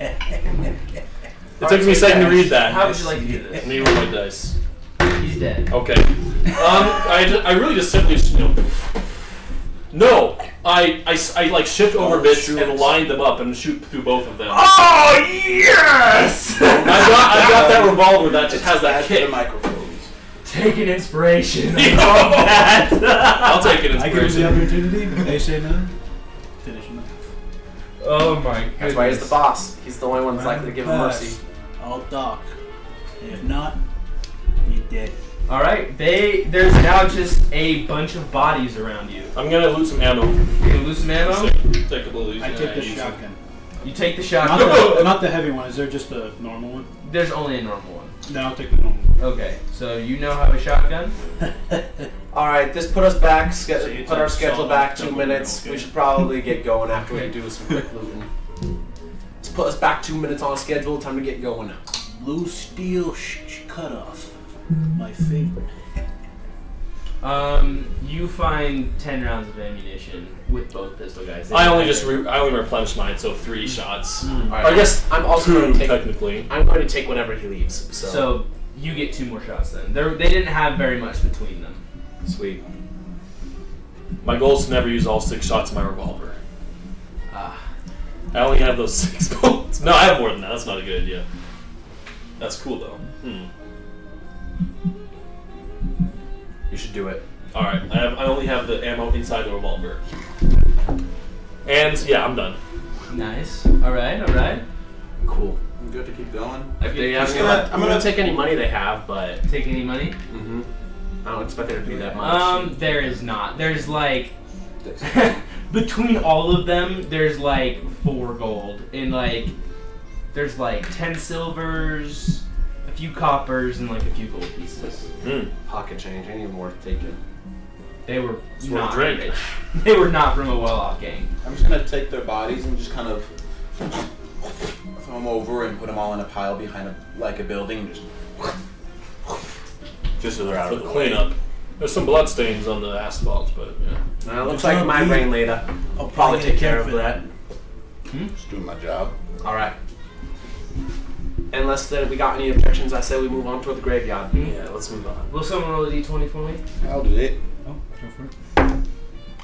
S5: It took me a second to read that.
S2: How would you like to do this?
S5: Me roll my dice.
S2: He's dead.
S5: Okay. Um, I, ju- I really just simply just, you know. No, I, I s- I, like shift over bits and line them up and shoot through both of them. Oh yes! I got I got that revolver that just has that
S1: the
S5: kick.
S1: microphones.
S2: Take an inspiration.
S5: I'll take it.
S4: I give him
S5: Inspiration.
S4: the opportunity, but they say no. Finish him.
S2: Oh my goodness.
S3: That's why he's the boss. He's the only one that's likely to give him mercy.
S4: I'll dock. If not, you're dead.
S2: All right, they there's now just a bunch of bodies around you.
S5: I'm gonna loot some ammo.
S2: You gonna lose some ammo.
S5: Take, take a little easy.
S4: I take the
S5: use it.
S4: shotgun.
S2: You take the
S4: Not
S2: shotgun.
S4: the, not the heavy one. Is there just a normal one?
S2: There's only a normal one.
S4: No, I'll take the normal. one.
S2: Okay, so you now have a shotgun.
S3: All right, this put us back. Ske-
S4: you
S3: put our
S4: took
S3: schedule
S4: some
S3: back
S4: of
S3: two
S4: the
S3: minutes.
S4: milk,
S3: We
S4: yeah.
S3: should probably get going after we do some quick looting. Let's put us back two minutes on schedule. Time to get going now.
S4: Blue steel sh- sh- cutoff. My favorite.
S2: Um, you find ten rounds of ammunition with both pistol guys.
S5: I only just re- I only replenished mine, so three shots.
S3: All right, I guess I'm also
S5: Two
S3: going to take.
S5: technically.
S3: I'm going to take whenever he leaves. So,
S2: so you get two more shots then. They're, they didn't have very much between them.
S3: sweet.
S5: My goal is to never use all six shots of my revolver.
S2: Ah.
S5: I only have those six bullets. No, I have more than that. That's not a good idea. That's cool though. Hmm.
S3: You should do it.
S5: All right, I, have, I only have the ammo inside the revolver. And yeah, I'm done.
S2: Nice. All right. All right.
S3: Cool.
S1: I'm good to keep going.
S3: If they ask me,
S1: gonna-
S3: I'm,
S1: I'm
S3: gonna,
S1: gonna-
S3: take any money they have, but
S2: Take any money?
S3: Mm-hmm. I don't expect there to be that much.
S2: Um, there is not. There's like between all of them, there's like four gold and like there's like ten silvers, a few coppers, and like a few gold pieces.
S5: Hmm.
S3: Pocket change, ain't even worth taking.
S2: They were
S5: It's worth
S2: not
S5: a drink.
S2: rich. They were not from a well-off gang.
S1: I'm just gonna take their bodies and just kind of throw them over and put them all in a pile behind a, like a building. and Just, just so they're out
S5: For
S1: of
S5: the
S1: the way.
S5: cleanup. There's some blood stains on the asphalt, but yeah.
S3: Well, uh, it looks
S4: It's
S3: like
S4: not
S3: my
S4: me.
S3: brain later.
S4: I'll
S3: Probably take care of
S4: for
S3: that.
S1: Just doing my job.
S3: All right. Unless that we got any objections, I say we move on toward the graveyard.
S2: Hmm.
S5: Yeah, let's move on.
S2: Will someone roll a d20 for me?
S1: I'll do it.
S4: Oh, go for it.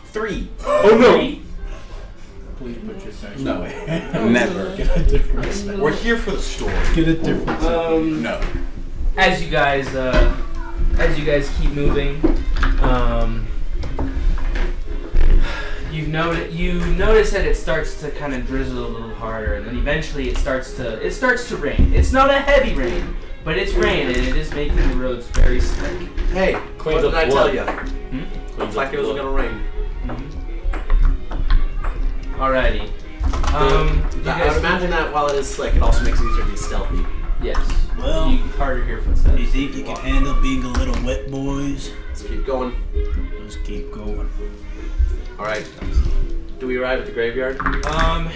S1: Three.
S5: Oh no!
S4: Please put your section.
S1: No, never.
S4: Get a different.
S1: We're here for the story.
S4: Get a different.
S2: Um,
S1: No.
S2: as you guys uh, as you guys keep moving, um, you notice you notice that it starts to kind of drizzle a little harder, and then eventually it starts to it starts to rain. It's not a heavy rain, but it's rain, and it is making the roads very slick.
S3: Hey,
S5: Cleans
S3: what
S5: up
S3: did I
S5: blood.
S3: tell you?
S5: Cleans
S3: It's
S5: up
S3: like
S5: the
S3: it was
S5: blood.
S3: gonna rain.
S2: Alrighty. Um, you
S3: I would
S2: guys,
S3: imagine that while it is slick, it also makes it easier to be stealthy.
S2: yes.
S4: Well,
S2: you harder hear footsteps.
S4: You think you can handle being a little wet, boys?
S3: So keep going.
S4: Let's keep going.
S3: All right. Do we arrive at the graveyard?
S2: Um,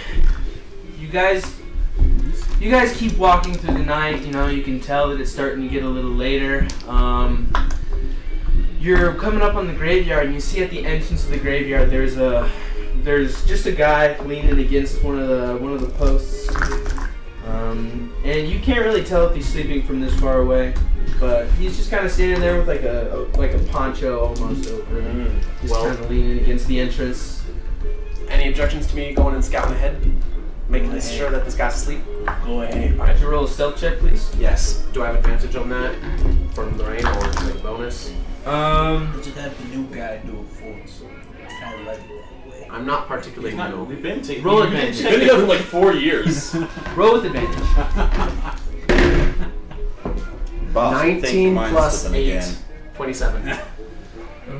S2: you guys, you guys keep walking through the night. You know, you can tell that it's starting to get a little later. Um, you're coming up on the graveyard, and you see at the entrance of the graveyard there's a there's just a guy leaning against one of the one of the posts. Um, and you can't really tell if he's sleeping from this far away, but he's just kind of standing there with like a like a poncho almost over him,
S5: Mm.
S2: just
S3: Well-
S2: kind of leaning against the entrance.
S3: Any objections to me going and scouting ahead, making this sure that this guy's asleep?
S4: Go ahead.
S3: All right.
S2: Could you roll a stealth check, please?
S3: Yes. Do I have advantage on that from the rain or is it a bonus?
S2: Um,
S4: Let's just have the new guy do it for us. I like it that way.
S3: I'm not particularly new.
S1: we've been taking.
S2: Roll
S5: We've been
S2: advantage.
S5: together for like four years.
S2: Roll with advantage.
S1: Boss, I think
S3: 19
S1: mine's
S3: plus
S1: slipping
S3: 8,
S1: again.
S3: 27.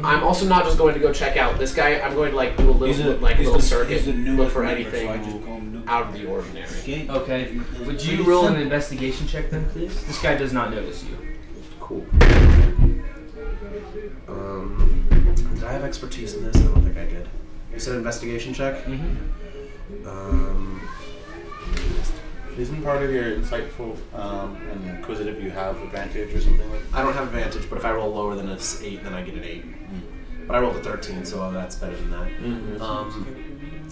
S3: I'm also not just going to go check out this guy. I'm going to like do a little like little circuit, look for anything out of the ordinary.
S4: Okay.
S2: Okay. Would you roll an investigation check then, please? This guy does not notice you.
S3: Cool. Um, did I have expertise in this? I don't think I did. You said investigation check.
S2: Mm-hmm.
S3: Um,
S1: Isn't part of your insightful um, and inquisitive you have advantage or something like?
S3: I don't have advantage, but if I roll lower than a s- eight, then I get an eight. But I rolled a thirteen, so that's better than that.
S5: Mhm.
S3: Um,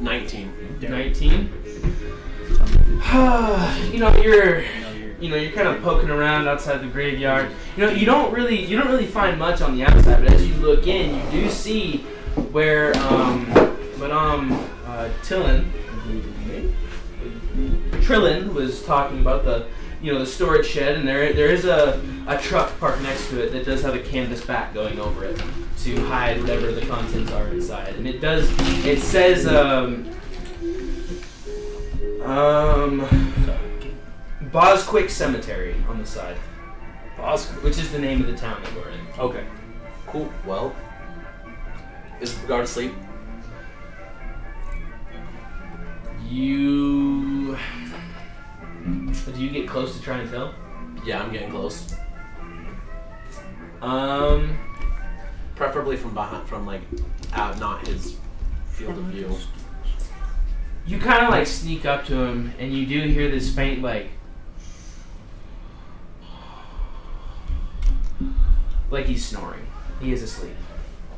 S3: nineteen.
S2: Nineteen. you know you're, you know you're kind of poking around outside the graveyard. You know you don't really you don't really find much on the outside, but as you look in, you do see where um, Madame uh, Tillin, Trillin was talking about the you know the storage shed, and there there is a, a truck parked next to it that does have a canvas back going over it to hide whatever the contents are inside, and it does it says um um Bosquick Cemetery on the side,
S5: Bosco.
S2: which is the name of the town that we're in.
S3: Okay. Cool. Well, is the guard asleep?
S2: You do you get close to try and tell?
S3: Yeah, I'm getting close.
S2: Um.
S3: Preferably from behind, from like out, not his field of view.
S2: you kind of like sneak up to him and you do hear this faint like like he's snoring He is asleep.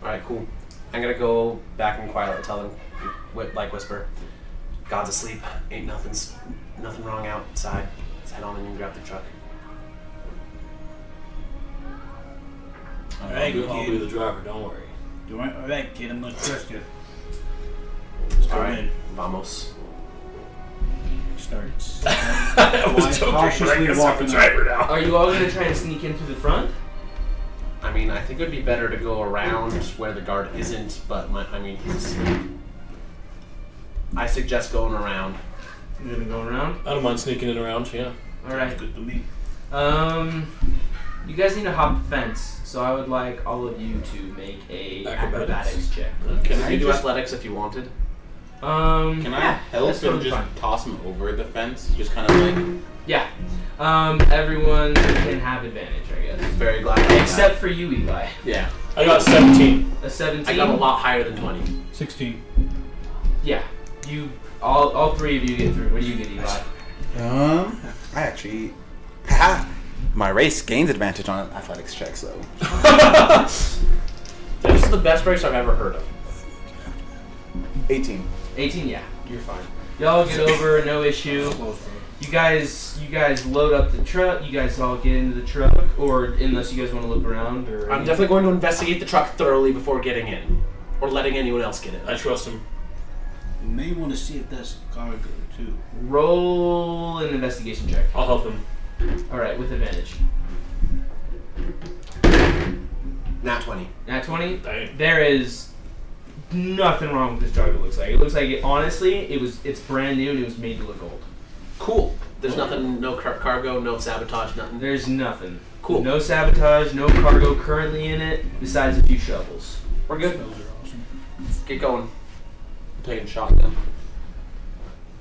S3: All right, cool. I'm gonna go back in quiet and tell him, whi- like whisper, God's asleep. Ain't nothing's nothing wrong outside. Let's head on in and grab the truck.
S5: I'll,
S4: Hey,
S5: be, I'll
S4: kid.
S5: be the driver. Don't worry.
S4: Do I? All right, kid. I'm gonna trust you. Let's go
S3: All right,
S4: in.
S3: vamos.
S4: Starts.
S5: I
S4: Why cautiously walking up.
S5: now.
S2: Are you all gonna try and sneak in through the front?
S3: I mean, I think it would be better to go around where the guard isn't, but my, I mean, he's asleep. I suggest going around.
S2: You're gonna go around.
S5: I don't mind sneaking in around. Yeah.
S2: All right.
S4: Good to me.
S2: Um, you guys need to hop the fence, so I would like all of you to make a
S5: Acrobatics.
S2: acrobatics, check.
S5: Okay.
S3: Can you do athletics if you wanted?
S2: Um,
S7: Can I
S2: yeah,
S7: help
S2: that's
S7: and
S2: totally
S7: just
S2: fine.
S7: toss him over the fence? Just kind of like
S2: Yeah. Um, everyone can have advantage, I guess.
S3: Very glad. I did that.
S2: Except for you, Eli.
S7: yeah.
S5: I got 17.
S2: A
S3: I
S2: seventeen.
S3: got a lot higher than twenty.
S4: Sixteen.
S2: Yeah. You all, all three of you get through. What do you get, Eli?
S7: Um, I actually. Ha! My race gains advantage on athletics checks though.
S3: This is the best race I've ever heard of.
S7: 18.
S2: Eighteen. Yeah, you're fine. Y'all get over, no issue. You guys, you guys load up the truck. You guys all get into the truck, or unless you guys want to look around, or
S3: I'm definitely going to investigate the truck thoroughly before getting in, or letting anyone else get in.
S5: I trust him.
S4: You may want to see if that's cargo too.
S2: roll an investigation check.
S5: I'll help him.
S2: All right, with advantage.
S3: Not twenty.
S2: Nat twenty.
S5: Dang.
S2: There is nothing wrong with this truck. It looks like it looks like it. Honestly, it was it's brand new and it was made to look old.
S3: Cool. There's nothing, no car- cargo, no sabotage, nothing.
S2: There's nothing.
S3: Cool.
S2: No sabotage. No cargo currently in it, besides a few shovels.
S3: We're good.
S4: Those are awesome.
S3: Get going.
S7: Taking shotgun.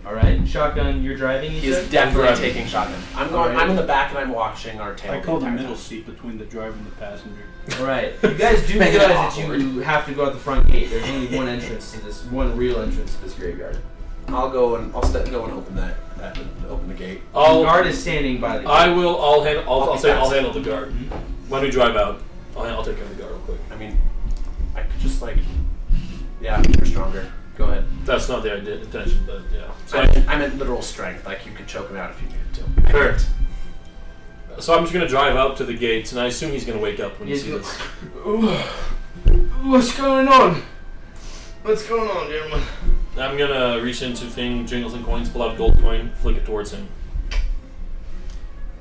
S2: All right, shotgun. You're driving. You
S3: He is
S2: said?
S3: definitely
S5: Right.
S3: taking shotgun. I'm going.
S2: Alright.
S3: I'm in the back and I'm watching our tail.
S4: I call the
S3: entire
S4: middle
S3: time.
S4: seat between the driver and the passenger.
S2: All right. You guys do
S7: Make it
S2: realize that
S7: awkward.
S2: you have to go out the front gate. There's only one entrance to this, one real entrance to this graveyard.
S3: I'll go and I'll step, go and open that, that. Open the gate.
S2: the
S5: I'll.
S2: guard is standing by the. gate.
S5: I will. I'll handle. I'll, I'll,
S3: I'll be
S5: say. I'll
S3: fast.
S5: handle the guard. When we drive out, I'll, I'll take care of the guard real quick.
S3: I mean, I could just like. Yeah, you're stronger. Go ahead.
S5: That's not the idea, intention, but yeah. So,
S3: I,
S5: I,
S3: I meant literal strength. Like you could choke him out if you needed to.
S5: Kurt. So I'm just gonna drive up to the gates, and I assume he's gonna wake up when he
S2: He's
S5: sees
S2: gonna-
S5: us.
S2: What's going on? What's going on, gentlemen?
S5: I'm gonna reach into thing, jingles and coins, pull out a gold coin, flick it towards him,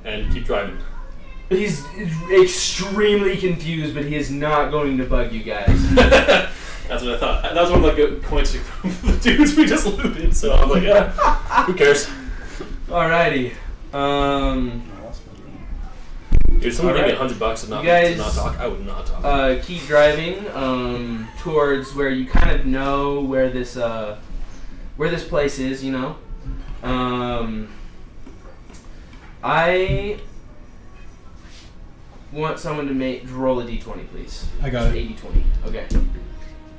S5: and keep driving.
S2: He's extremely confused, but he is not going to bug you guys.
S5: That's what I thought. That was one of the good coins we- from the dudes we just looted. So I'm like, ah, who cares?
S2: Alrighty. Um,
S5: Dude, someone gave me a
S2: Alright.
S5: hundred bucks to not,
S2: You guys-
S5: to not talk. I would not talk.
S2: uh, keep driving um, towards where you kind of know where this uh, where this place is. You know. Um, I want someone to make roll a d20, please.
S4: I
S2: Just 80-20. Okay.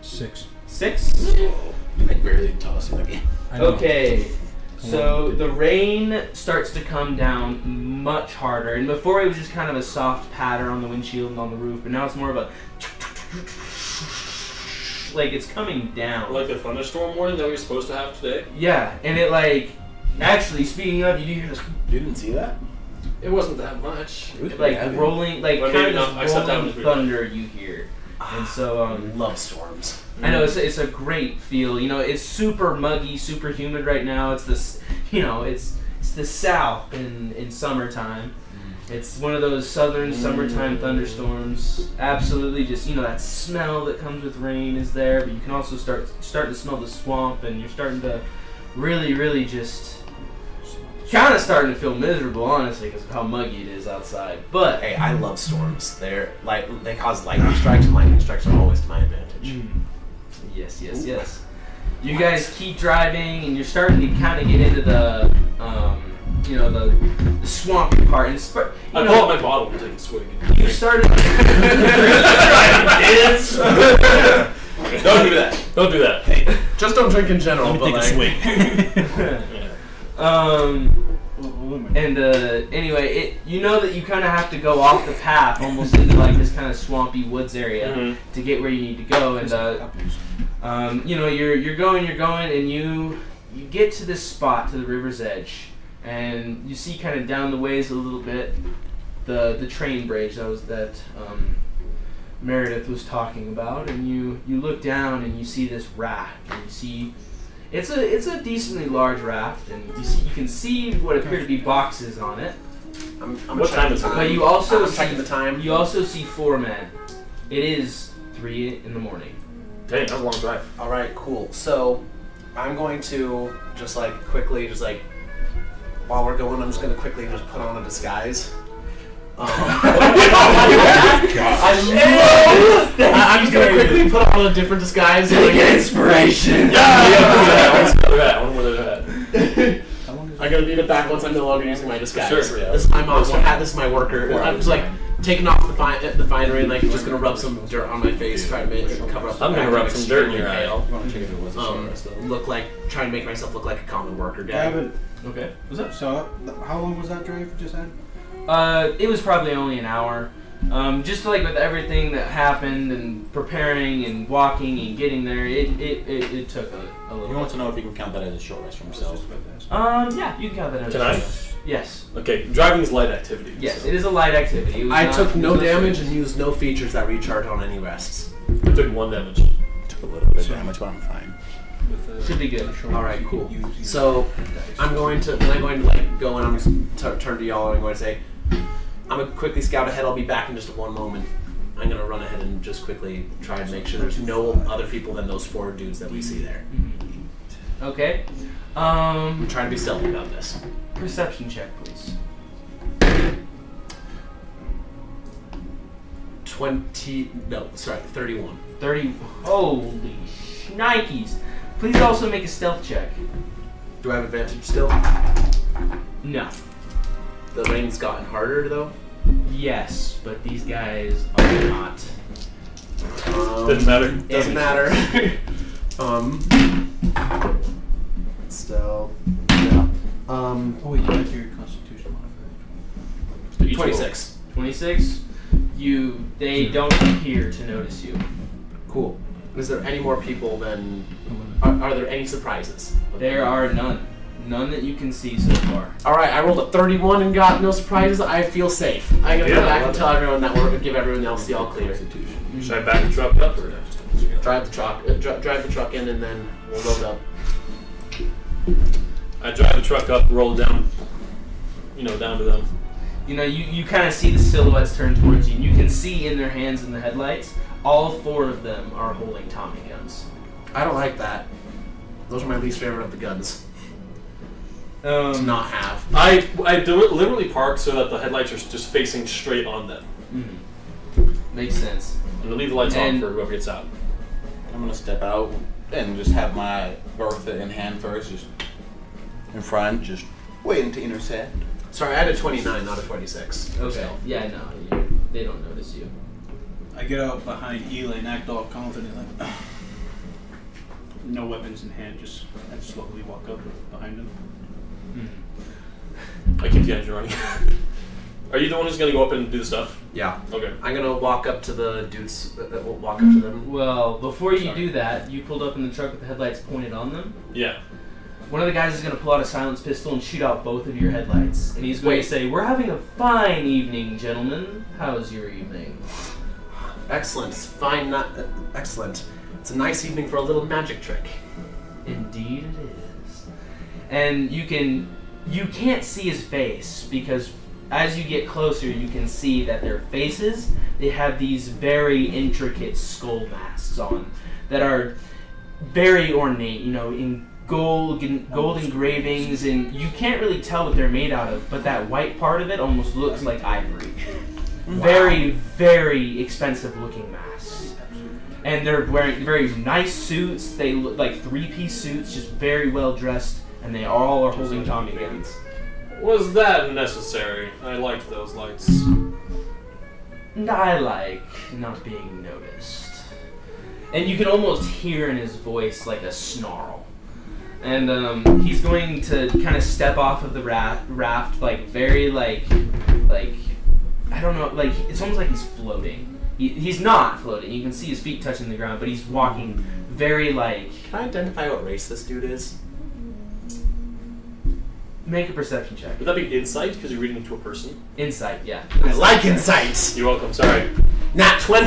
S4: Six.
S2: Six.
S7: Like barely tossing again.
S2: Okay, so the rain starts to come down much harder, and before it was just kind of a soft patter on the windshield and on the roof, but now it's more of a like it's coming down.
S5: like the thunderstorm warning that we were supposed to have today.
S2: yeah, and it like actually speaking of, you do hear this
S7: You didn't see that?
S5: It wasn't that much.
S7: It was
S2: like
S7: heavy.
S2: rolling like
S5: Well,
S2: kind
S5: maybe
S2: of
S5: not. I
S2: this
S5: said that
S2: rolling
S5: was really-
S2: thunder you hear, and so
S3: Ah, I
S2: um,
S3: love storms.
S2: I know it's, it's a great feel. You know, it's super muggy, super humid right now. It's this, you know, it's it's the South in in summertime.
S3: Mm.
S2: It's one of those southern summertime thunderstorms. Absolutely, just you know that smell that comes with rain is there, but you can also start starting to smell the swamp, and you're starting to really, really just kind of starting to feel miserable, honestly, because of how muggy it is outside. But
S3: Hey, I love storms. They're like they cause lightning strikes, and lightning strikes are always to my advantage.
S2: Mm. Yes, yes, yes. You guys keep driving, and you're starting to kind of get into the, um, you know, the, the swampy part. And it's, you
S5: I pull out
S2: know,
S5: my bottle and take a swig.
S2: you started.
S5: Kids.
S7: Don't do that.
S5: Don't do that.
S3: Just don't drink in general.
S4: Let me
S3: but
S4: take a
S3: like,
S4: swig.
S2: um,
S4: What woman.
S2: And uh, anyway, it you know that you kind of have to go off the path, almost into like this kind of swampy woods area
S5: Mhm.
S2: to get where you need to go. And uh, um, you know, you're you're going, you're going, and you you get to this spot to the river's edge, and you see kind of down the ways a little bit the the train bridge that was that um, Meredith was talking about, and you you look down and you see this raft, and you see. It's a it's a decently large raft, and you see you can see what appear to be boxes on it.
S3: I'm, I'm
S5: What
S3: checking
S5: time is it?
S3: the
S2: But you also
S3: I'm
S2: see
S3: checking the time.
S2: You also see four men. It is three in the morning.
S5: Dang, that was a long drive.
S3: All right, cool. So I'm going to just like quickly, just like while we're going, I'm just going to quickly just put on a disguise. Um, I love this. I- I'm just gonna quickly put on a different disguise. And, like,
S7: Inspiration.
S5: Yeah, where they're at. I wonder where they're at.
S3: I'm gonna need it back once I'm no longer using my disguise.
S5: Sure, yeah.
S3: This is my mom's hat. This is my worker. And I'm just like taking off the, fi- the finery and like just gonna rub some dirt on my face, try to make cover up. The
S5: I'm gonna
S3: fact
S5: rub
S3: I'm
S5: some dirt in your
S3: extremely
S5: eye.
S3: pale. Um,
S5: Um,
S3: look like try and make myself look like a common worker guy.
S4: Gavin,
S2: Okay. What's up?
S9: So, th- how long was that drive you just had?
S2: Uh, it was probably only an hour. Um, just like with everything that happened and preparing and walking and getting there, it it, it, it took a, a
S7: He
S2: little.
S7: wants to know if he can count that as a short rest for himself.
S2: Um, yeah, you can count that. as-
S5: Tonight?
S2: Yes.
S5: okay, driving is light activity.
S2: Yes,
S5: so
S2: it is a light activity. It was
S3: I
S2: not-
S3: took
S2: it was
S3: no damage
S2: serious.
S3: and used no features that recharge on any rests.
S5: I took one damage.
S7: Took a little bit of damage, but I'm fine.
S2: Should be good.
S3: All right, cool. So I'm going to then I'm going to like go and I'm going to turn to y'all and I'm going to say I'm going to quickly scout ahead. I'll be back in just one moment. I'm going to run ahead and just quickly try and make sure there's no other people than those four dudes that we see there.
S2: Okay. Um,
S3: I'm trying to be stealthy about this.
S2: perception check, please.
S3: 20 no, sorry, 31.
S2: 30. Holy shnikes. Please also make a stealth check.
S3: Do I have advantage still?
S2: No.
S3: The rain's gotten harder though.
S2: Yes, but these guys are not.
S5: Doesn't
S3: Um,
S5: matter.
S3: doesn't matter. um still yeah. Um
S9: Oh, wait, you had your constitution modifier.
S3: 26.
S2: 26. You. They don't appear to notice you.
S3: Cool. Is there any more people than? Are, are there any surprises?
S2: There are none. None that you can see so far.
S3: All right, I rolled a 31 and got no surprises. I feel safe. I'm gonna
S5: Yeah,
S3: go back
S5: I
S3: and
S5: love
S3: tell everyone that we're give everyone else the all clear.
S5: Should I back the truck up or
S3: Drive the truck. Uh, dri- drive the truck in, and then we'll load up.
S5: I drive the truck up, roll down, you know, down to them.
S2: You know, you, you kind of see the silhouettes turn towards you, and you can see in their hands in the headlights, all four of them are holding Tommy guns.
S3: I don't like that. Those are my least favorite of the guns to
S2: Um,
S3: not have.
S5: I I deliberately park so that the headlights are just facing straight on them.
S2: Makes sense.
S5: I'm gonna leave the lights
S2: And-
S5: on for whoever gets out.
S7: I'm gonna step out and just have my Bertha in hand first, just in front, just waiting to intercept.
S3: Sorry, I had a 29, not a 26.
S2: Okay. Yeah, no, you, they don't notice you.
S4: uh, I get out behind Eli and act all confident, like, no weapons in hand, just and slowly walk up behind him.
S5: I keep the engine running. are you the one who's gonna go up and do the stuff?
S3: Yeah.
S5: Okay.
S3: I'm gonna walk up to the dudes that that will walk up to them.
S2: Well, before you do that, you pulled up in the truck with the headlights pointed on them.
S5: Yeah.
S2: One of the guys is going to pull out a silenced pistol and shoot out both of your headlights. And he's going
S3: Wait.
S2: to say, We're having a fine evening, gentlemen. How's your evening?
S3: Excellent. Fine. Not uh, excellent. It's a nice evening for a little magic trick.
S2: Indeed it is. And you can you can't see his face because as you get closer you can see that their faces they have these very intricate skull masks on that are very ornate, you know, in gold gold engravings and you can't really tell what they're made out of, but that white part of it almost looks like ivory. Very, very expensive looking masks and they're wearing very nice suits. They look like three-piece suits, just very well dressed, and they all are holding Tommy guns.
S5: Was that necessary? I liked those lights.
S2: And I like not being noticed. And you can almost hear in his voice like a snarl. and um, he's going to kind of step off of the raft, raft like very like like I don't know like it's almost like he's floating. He, he's not floating. You can see his feet touching the ground, but he's walking very like.
S3: Can I identify what race this dude is?
S2: Make a perception check.
S5: Would that be insight? Because you're reading to a person.
S2: Insight, yeah.
S3: I like insight.
S5: You're welcome. Sorry.
S3: Not 20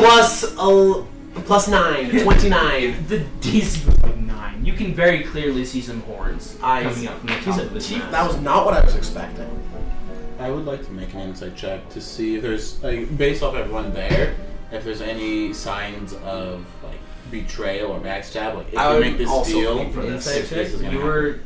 S3: plus, el- plus 9. 29.
S2: The DC was like nine. You can very clearly see some horns
S3: I
S2: coming
S3: see.
S2: up from the
S3: He's
S2: top
S3: a
S2: of his
S3: chief.
S2: mask.
S3: That was not what I was expecting.
S7: I would like to make an insight check to see if there's, like, based off everyone there, if there's any signs of like betrayal or backstab. Like, if
S3: I
S7: we
S3: would
S7: make this
S3: also
S7: deal,
S3: look for
S7: if
S2: Insight
S7: this
S2: check,
S7: is gonna
S2: you
S7: happen.
S2: were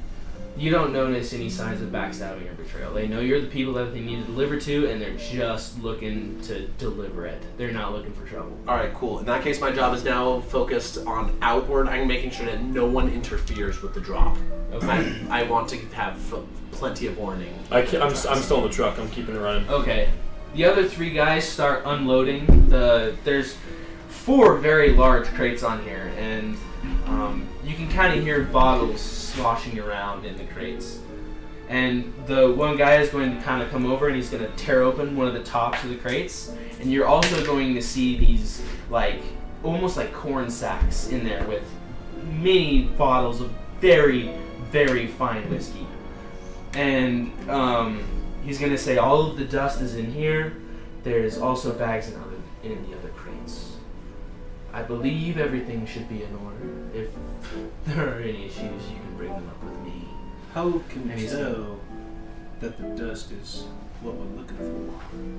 S2: you don't notice any signs of backstabbing or betrayal. They know you're the people that they need to deliver to, and they're just looking to deliver it. They're not looking for trouble.
S3: All right, cool. In that case, my job is now focused on outward. I'm making sure that no one interferes with the drop.
S2: Okay.
S3: I, I want to have f- plenty of warning.
S5: I ca- I'm, s- I'm still in the truck. I'm keeping it running.
S2: okay. The other three guys start unloading. The there's four very large crates on here, and um, you can kind of hear bottles sloshing around in the crates. And the one guy is going to kind of come over and he's going to tear open one of the tops of the crates. And you're also going to see these, like, almost like corn sacks in there with many bottles of very, very fine whiskey. And um, he's going to say, All of the dust is in here. There's also bags in, other, in the other crates. I believe everything should be in order. If there are any issues, you can bring them up with me.
S4: How can we
S2: Amazing.
S4: tell that the dust is what we're looking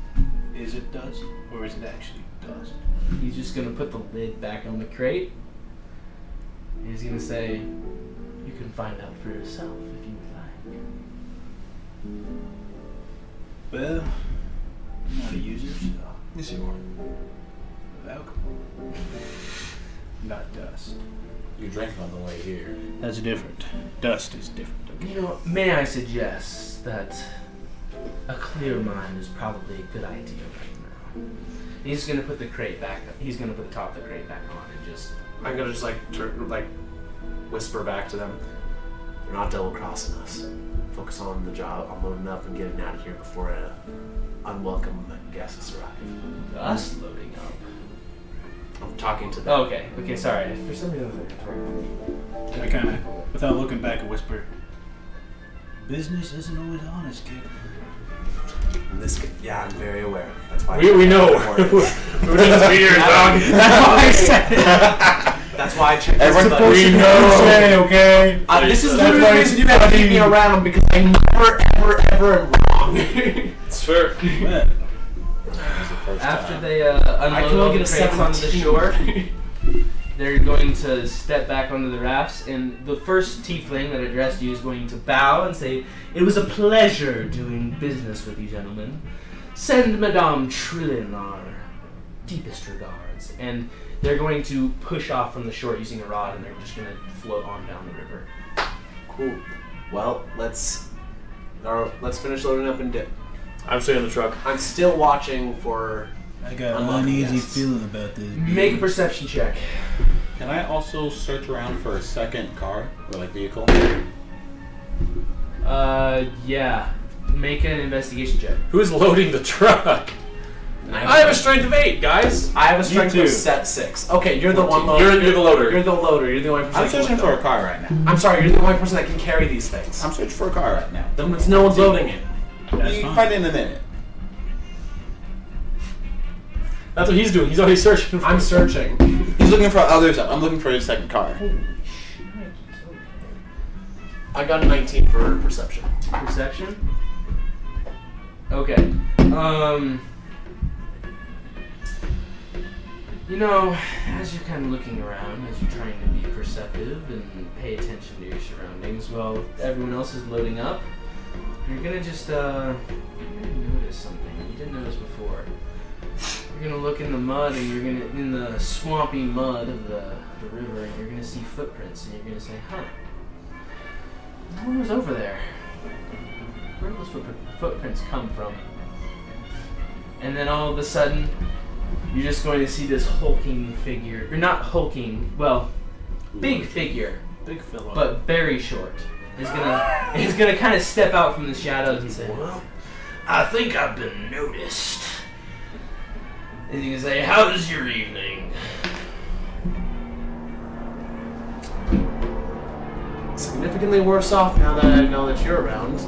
S4: for? Is it dust or is it actually dust?
S2: He's just gonna put the lid back on the crate. And he's gonna say, "You can find out for yourself if you would like."
S4: Well, I'm not a user so
S1: Yes, you are.
S4: of alcohol. Not dust.
S7: You drank on the way here.
S4: That's different. Dust is different. Okay.
S2: You know, may I suggest that a clear mind is probably a good idea right now. He's gonna put the crate back. He's gonna put the top of the crate back on and just.
S3: I'm gonna just like turn, like whisper back to them. They're not double crossing us. Focus on the job, on loading up and getting out of here before uh unwelcome guests arrive.
S2: Us loading up.
S3: I'm talking to them.
S2: Okay. Okay. Sorry. For some reason, I was like, talking.
S4: I kind of, without looking back, I whisper, "Business isn't always honest, kid."
S3: And this, g- yeah, I'm very aware. That's why.
S5: We, we know.
S3: Don't
S5: We're
S3: worry.
S5: just here, dog.
S3: That's why I checked.
S7: Everyone's
S3: this button.
S7: supposed to We know.
S5: Okay,
S7: okay.
S3: Uh, this is
S5: That's
S3: literally
S5: why
S3: the reason you guys keep me around because I never, ever, ever am wrong.
S5: It's fair.
S4: Well,
S2: After they uh,
S3: I
S2: unload
S3: can
S2: all
S3: only
S2: the
S3: get a
S2: crates onto the
S3: 17.
S2: shore, they're going to step back onto the rafts, and the first tiefling that addressed you is going to bow and say, It was a pleasure doing business with you gentlemen. Send Madame Trillin our deepest regards. And they're going to push off from the shore using a rod, and they're just going to float on down the river.
S3: cool. Well, let's. Or let's finish loading up and dip.
S5: I'm staying in the truck.
S3: I'm still watching for.
S4: I got
S3: Unlock
S4: an uneasy
S3: guests.
S4: feeling about this.
S2: Make a perception check.
S7: Can I also search around for a second car or like vehicle?
S2: Uh, yeah. Make an investigation check.
S5: Who's loading the truck? I have a strength of eight, guys.
S3: I have a strength
S4: too.
S3: of set six. Okay, you're the one loader.
S5: You're, you're the loader.
S3: You're the loader. You're the only person.
S7: I'm
S3: that can
S7: searching
S3: lift
S7: for a
S3: them.
S7: car right now.
S3: I'm sorry. You're the only person that can carry these things.
S7: I'm searching for a car right now.
S3: Then it's no one's loading it.
S4: That's
S7: you can
S4: fine.
S7: find it in a minute.
S5: That's what he's doing. He's already searching. For
S3: I'm searching.
S7: He's looking for other stuff. I'm looking for his second car.
S3: I got a 19 for perception.
S2: Perception. Okay. Um. You know, as you're kind of looking around, as you're trying to be perceptive and pay attention to your surroundings while everyone else is loading up, you're gonna just uh, you're gonna notice something you didn't notice before. You're gonna look in the mud, and you're gonna in the swampy mud of the, the river, and you're gonna see footprints, and you're gonna say, "Huh, what was over there?" where do those footpr- footprints come from? And then all of a sudden, you're just going to see this hulking figure. You're not hulking, well, big figure
S4: Big fella.
S2: but very short. Is gonna is gonna kind of step out from the shadows and say, "Well, I think I've been noticed." And you can say, "How's your evening?"
S3: Significantly worse off now that I know that you're around.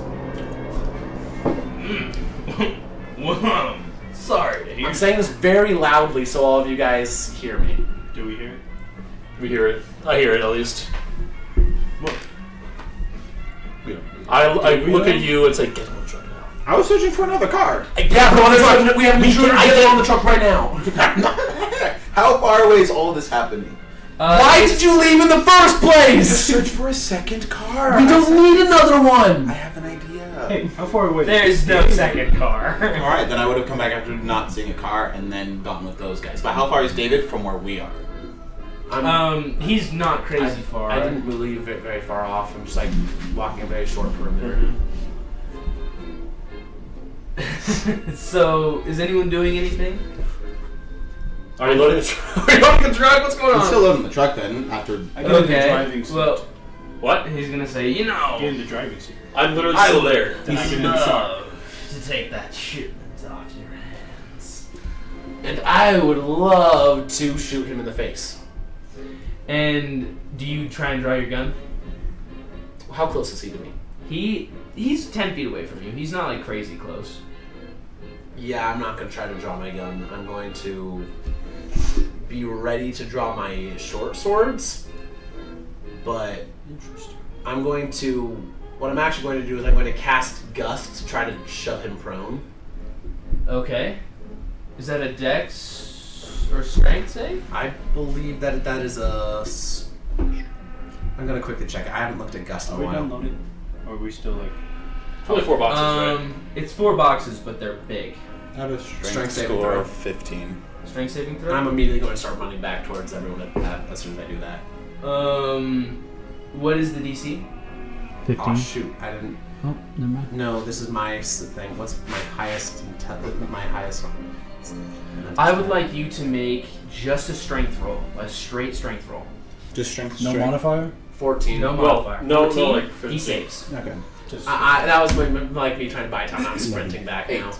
S2: Whoa, sorry to hear.
S3: I'm saying this very loudly so all of you guys hear me.
S4: Do we hear it?
S5: We hear it. I hear it at least.
S4: What?
S5: I, I
S4: we
S5: look at
S4: know?
S5: you and say, get on the truck now.
S7: I was searching for another card.
S3: Yeah, we're on the truck. We have we
S5: sure
S3: can
S5: I
S3: get it
S5: did.
S3: on the truck right now.
S1: How far away is all this happening?
S2: Uh,
S3: Why did you leave in the first place?
S1: Search for a second car.
S3: We don't need another
S1: I
S3: one.
S1: have an idea.
S4: Hey, how far away?
S2: There's no second car.
S7: All right, then I would have come back after not seeing a car and then gotten with those guys. But how far is David from where we are?
S3: I'm,
S2: um, he's not crazy far.
S3: Uh, I didn't really leave it very far off. I'm just like walking a very short perimeter.
S2: so, is anyone doing anything?
S5: Are you loading the truck? Are you loading the truck? What's going
S7: I'm
S5: on?
S7: still loading the truck then. After
S4: I get in the
S2: Okay.
S4: driving seat.
S2: Well,
S5: what?
S2: he's gonna say, you
S4: Get in
S2: know,
S4: the driving seat.
S5: I'm literally still there.
S4: Then I get in the car.
S2: love to take that shipment off your hands.
S3: And I would love to shoot him in the face.
S2: And do you try and draw your gun?
S3: How close is he to me?
S2: He he's ten feet away from you. He's not like crazy close.
S3: Yeah, I'm not gonna try to draw my gun. I'm going to be ready to draw my short swords, but I'm going to. What I'm actually going to do is I'm going to cast Gust to try to shove him prone.
S2: Okay. Is that a dex or strength save?
S3: I believe that that is a. s- I'm gonna quickly check. I haven't looked at Gust in
S4: Are
S3: a
S4: we
S3: while.
S4: downloaded? Or are we still like?
S5: It's only four boxes, right?
S2: Um, it's four boxes, but they're big.
S7: out of
S3: Strength saving
S1: score
S3: throw.
S1: of 15.
S2: Strength saving throw.
S3: I'm immediately going to start running back towards everyone at that, as soon as I do that.
S2: um, what is the DC?
S3: Oh shoot! I didn't.
S9: Oh, never mind.
S3: No, this is my s- thing. What's my highest? inte- My highest.
S2: I would like you to make just a strength roll, a straight strength roll.
S7: Just strength.
S9: No modifier.
S3: fourteen.
S2: No
S5: Well,
S2: modifier.
S5: no, no,
S2: 14,
S5: like
S2: he
S5: 15.
S2: saves
S9: Okay. Just
S3: I, I, that was like, like me trying to buy time. I'm sprinting back now.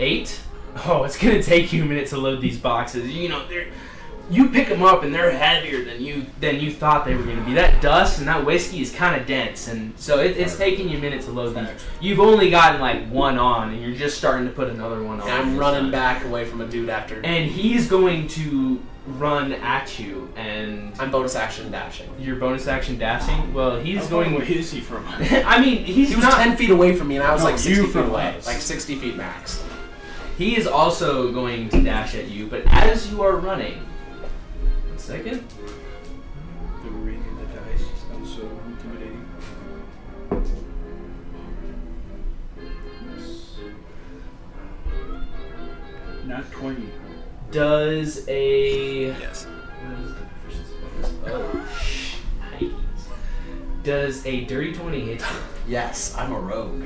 S2: eight. Oh, it's gonna take you a minute to load these boxes. You know, they're you pick them up and they're heavier than you than you thought they were gonna be. That dust and that whiskey is kind of dense, and so it, it's taking you a minute to load these. You've only gotten like one on, and you're just starting to put another one on.
S3: And I'm running back away from a dude after.
S2: and he's going to run at you, and
S3: I'm bonus action dashing.
S2: your bonus action dashing. Well,
S4: How
S2: he's
S4: far
S2: going.
S4: away is he from?
S2: I mean, he's
S3: He was
S2: not.
S3: ten feet away from me, and I was
S4: No,
S3: like sixty
S4: you
S3: feet
S4: from
S3: away,
S4: us.
S3: like sixty feet max.
S2: He is also going to dash at you, but as you are running, one second.
S4: the ring and the dice sounds so intimidating. Not twenty.
S2: Does a
S1: Yes.
S2: what is the proficiency bonus? Oh, sh- yikes. Does a dirty twenty hit you?
S3: Yes, I'm a rogue.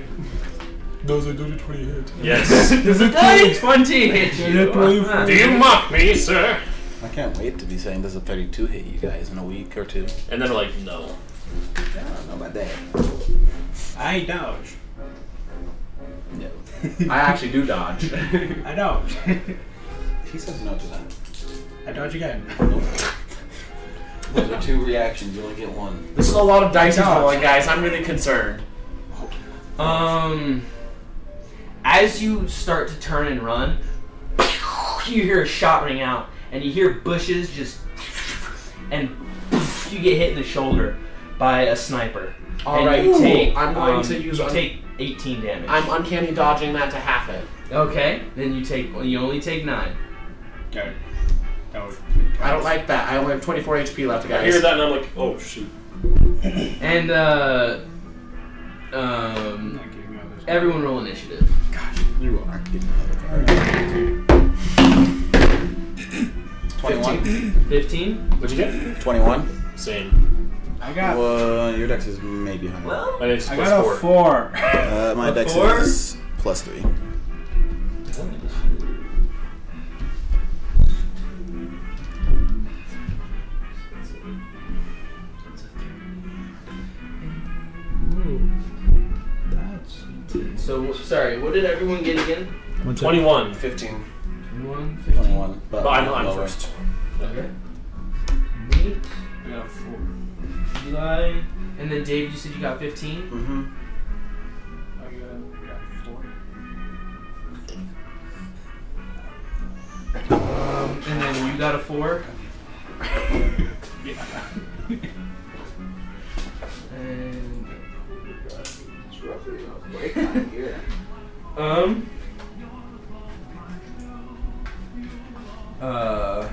S7: Those are dirty twenty hit.
S5: Yes.
S2: Does a dirty twenty hit you? Uh-huh. Huh.
S5: Do you mock me, sir?
S1: I can't wait to be saying does a 32 hit you guys in a week or two.
S5: And then like, no.
S1: I don't know about that.
S4: I dodge.
S1: No.
S3: I actually do dodge.
S4: I dodge.
S7: He says no to that.
S4: I dodge again.
S7: Those are two reactions. You only get one.
S3: this is a lot of dice he's rolling, guys. I'm really concerned.
S2: Um, as you start to turn and run, you hear a shot ring out, and you hear bushes just, and you get hit in the shoulder by a sniper.
S3: All
S2: and
S3: right,
S2: you
S3: cool.
S2: take,
S3: I'm going
S2: um,
S3: to use
S2: You
S3: un-
S2: take 18 damage.
S3: I'm uncanny dodging that to half it.
S2: okay, then you take. You only take nine.
S4: Got it. That was-
S3: I don't like that. I only have 24 HP left,
S5: I
S3: guys.
S5: hear that and I'm like, oh shoot.
S2: And uh,
S4: I'm
S2: um,
S4: not getting out of this.
S2: everyone roll initiative.
S1: You are getting Twenty-one.
S2: 15.
S5: What'd you get?
S1: Twenty-one.
S5: Same.
S4: I got.
S1: Well, your dex is maybe higher.
S2: Well,
S5: My name's
S4: I
S5: plus
S4: got
S5: four.
S4: a four.
S1: uh, my
S2: a
S1: dex
S2: four?
S1: is plus three.
S2: So w- sorry. What did everyone get again?
S10: What's that?
S5: 21.
S3: 15.
S2: Anyone?
S7: 21.
S5: But I'm, I'm
S7: lower.
S5: first.
S2: Okay. Me,
S3: I got a four.
S2: Eli, and then Dave. You said you got 15.
S3: Mm-hmm.
S4: I got, I got four.
S2: Um, and then you got a four. And
S7: It's roughly about break time here.
S2: um. Uh.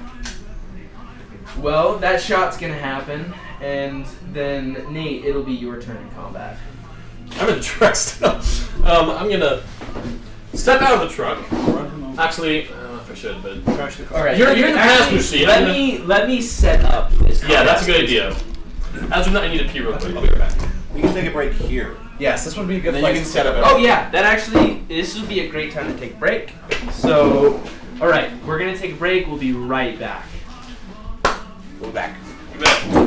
S2: Well, that shot's gonna happen, and then Nate, it'll be your turn in combat.
S5: I'm in the truck still. Um, I'm gonna step out of the truck.
S4: Run him over.
S5: Actually, I don't know if I should, but
S4: Crash the car.
S2: All right.
S5: You're- you're in the
S2: Actually,
S5: passenger seat.
S2: Let
S5: I'm gonna-
S2: me let me set up this.
S5: yeah, that's a
S2: combat.
S5: good idea. As of now, I need to pee real quick. I'll be right back.
S1: We can take a break here.
S3: Yes, this would be a good
S1: Then you
S3: place
S1: can
S3: to
S1: set up
S2: Oh yeah, that actually this would be a great time to take a break. So, all right, we're gonna take a break. We'll be right back.
S1: We'll be back.
S5: I'll be back.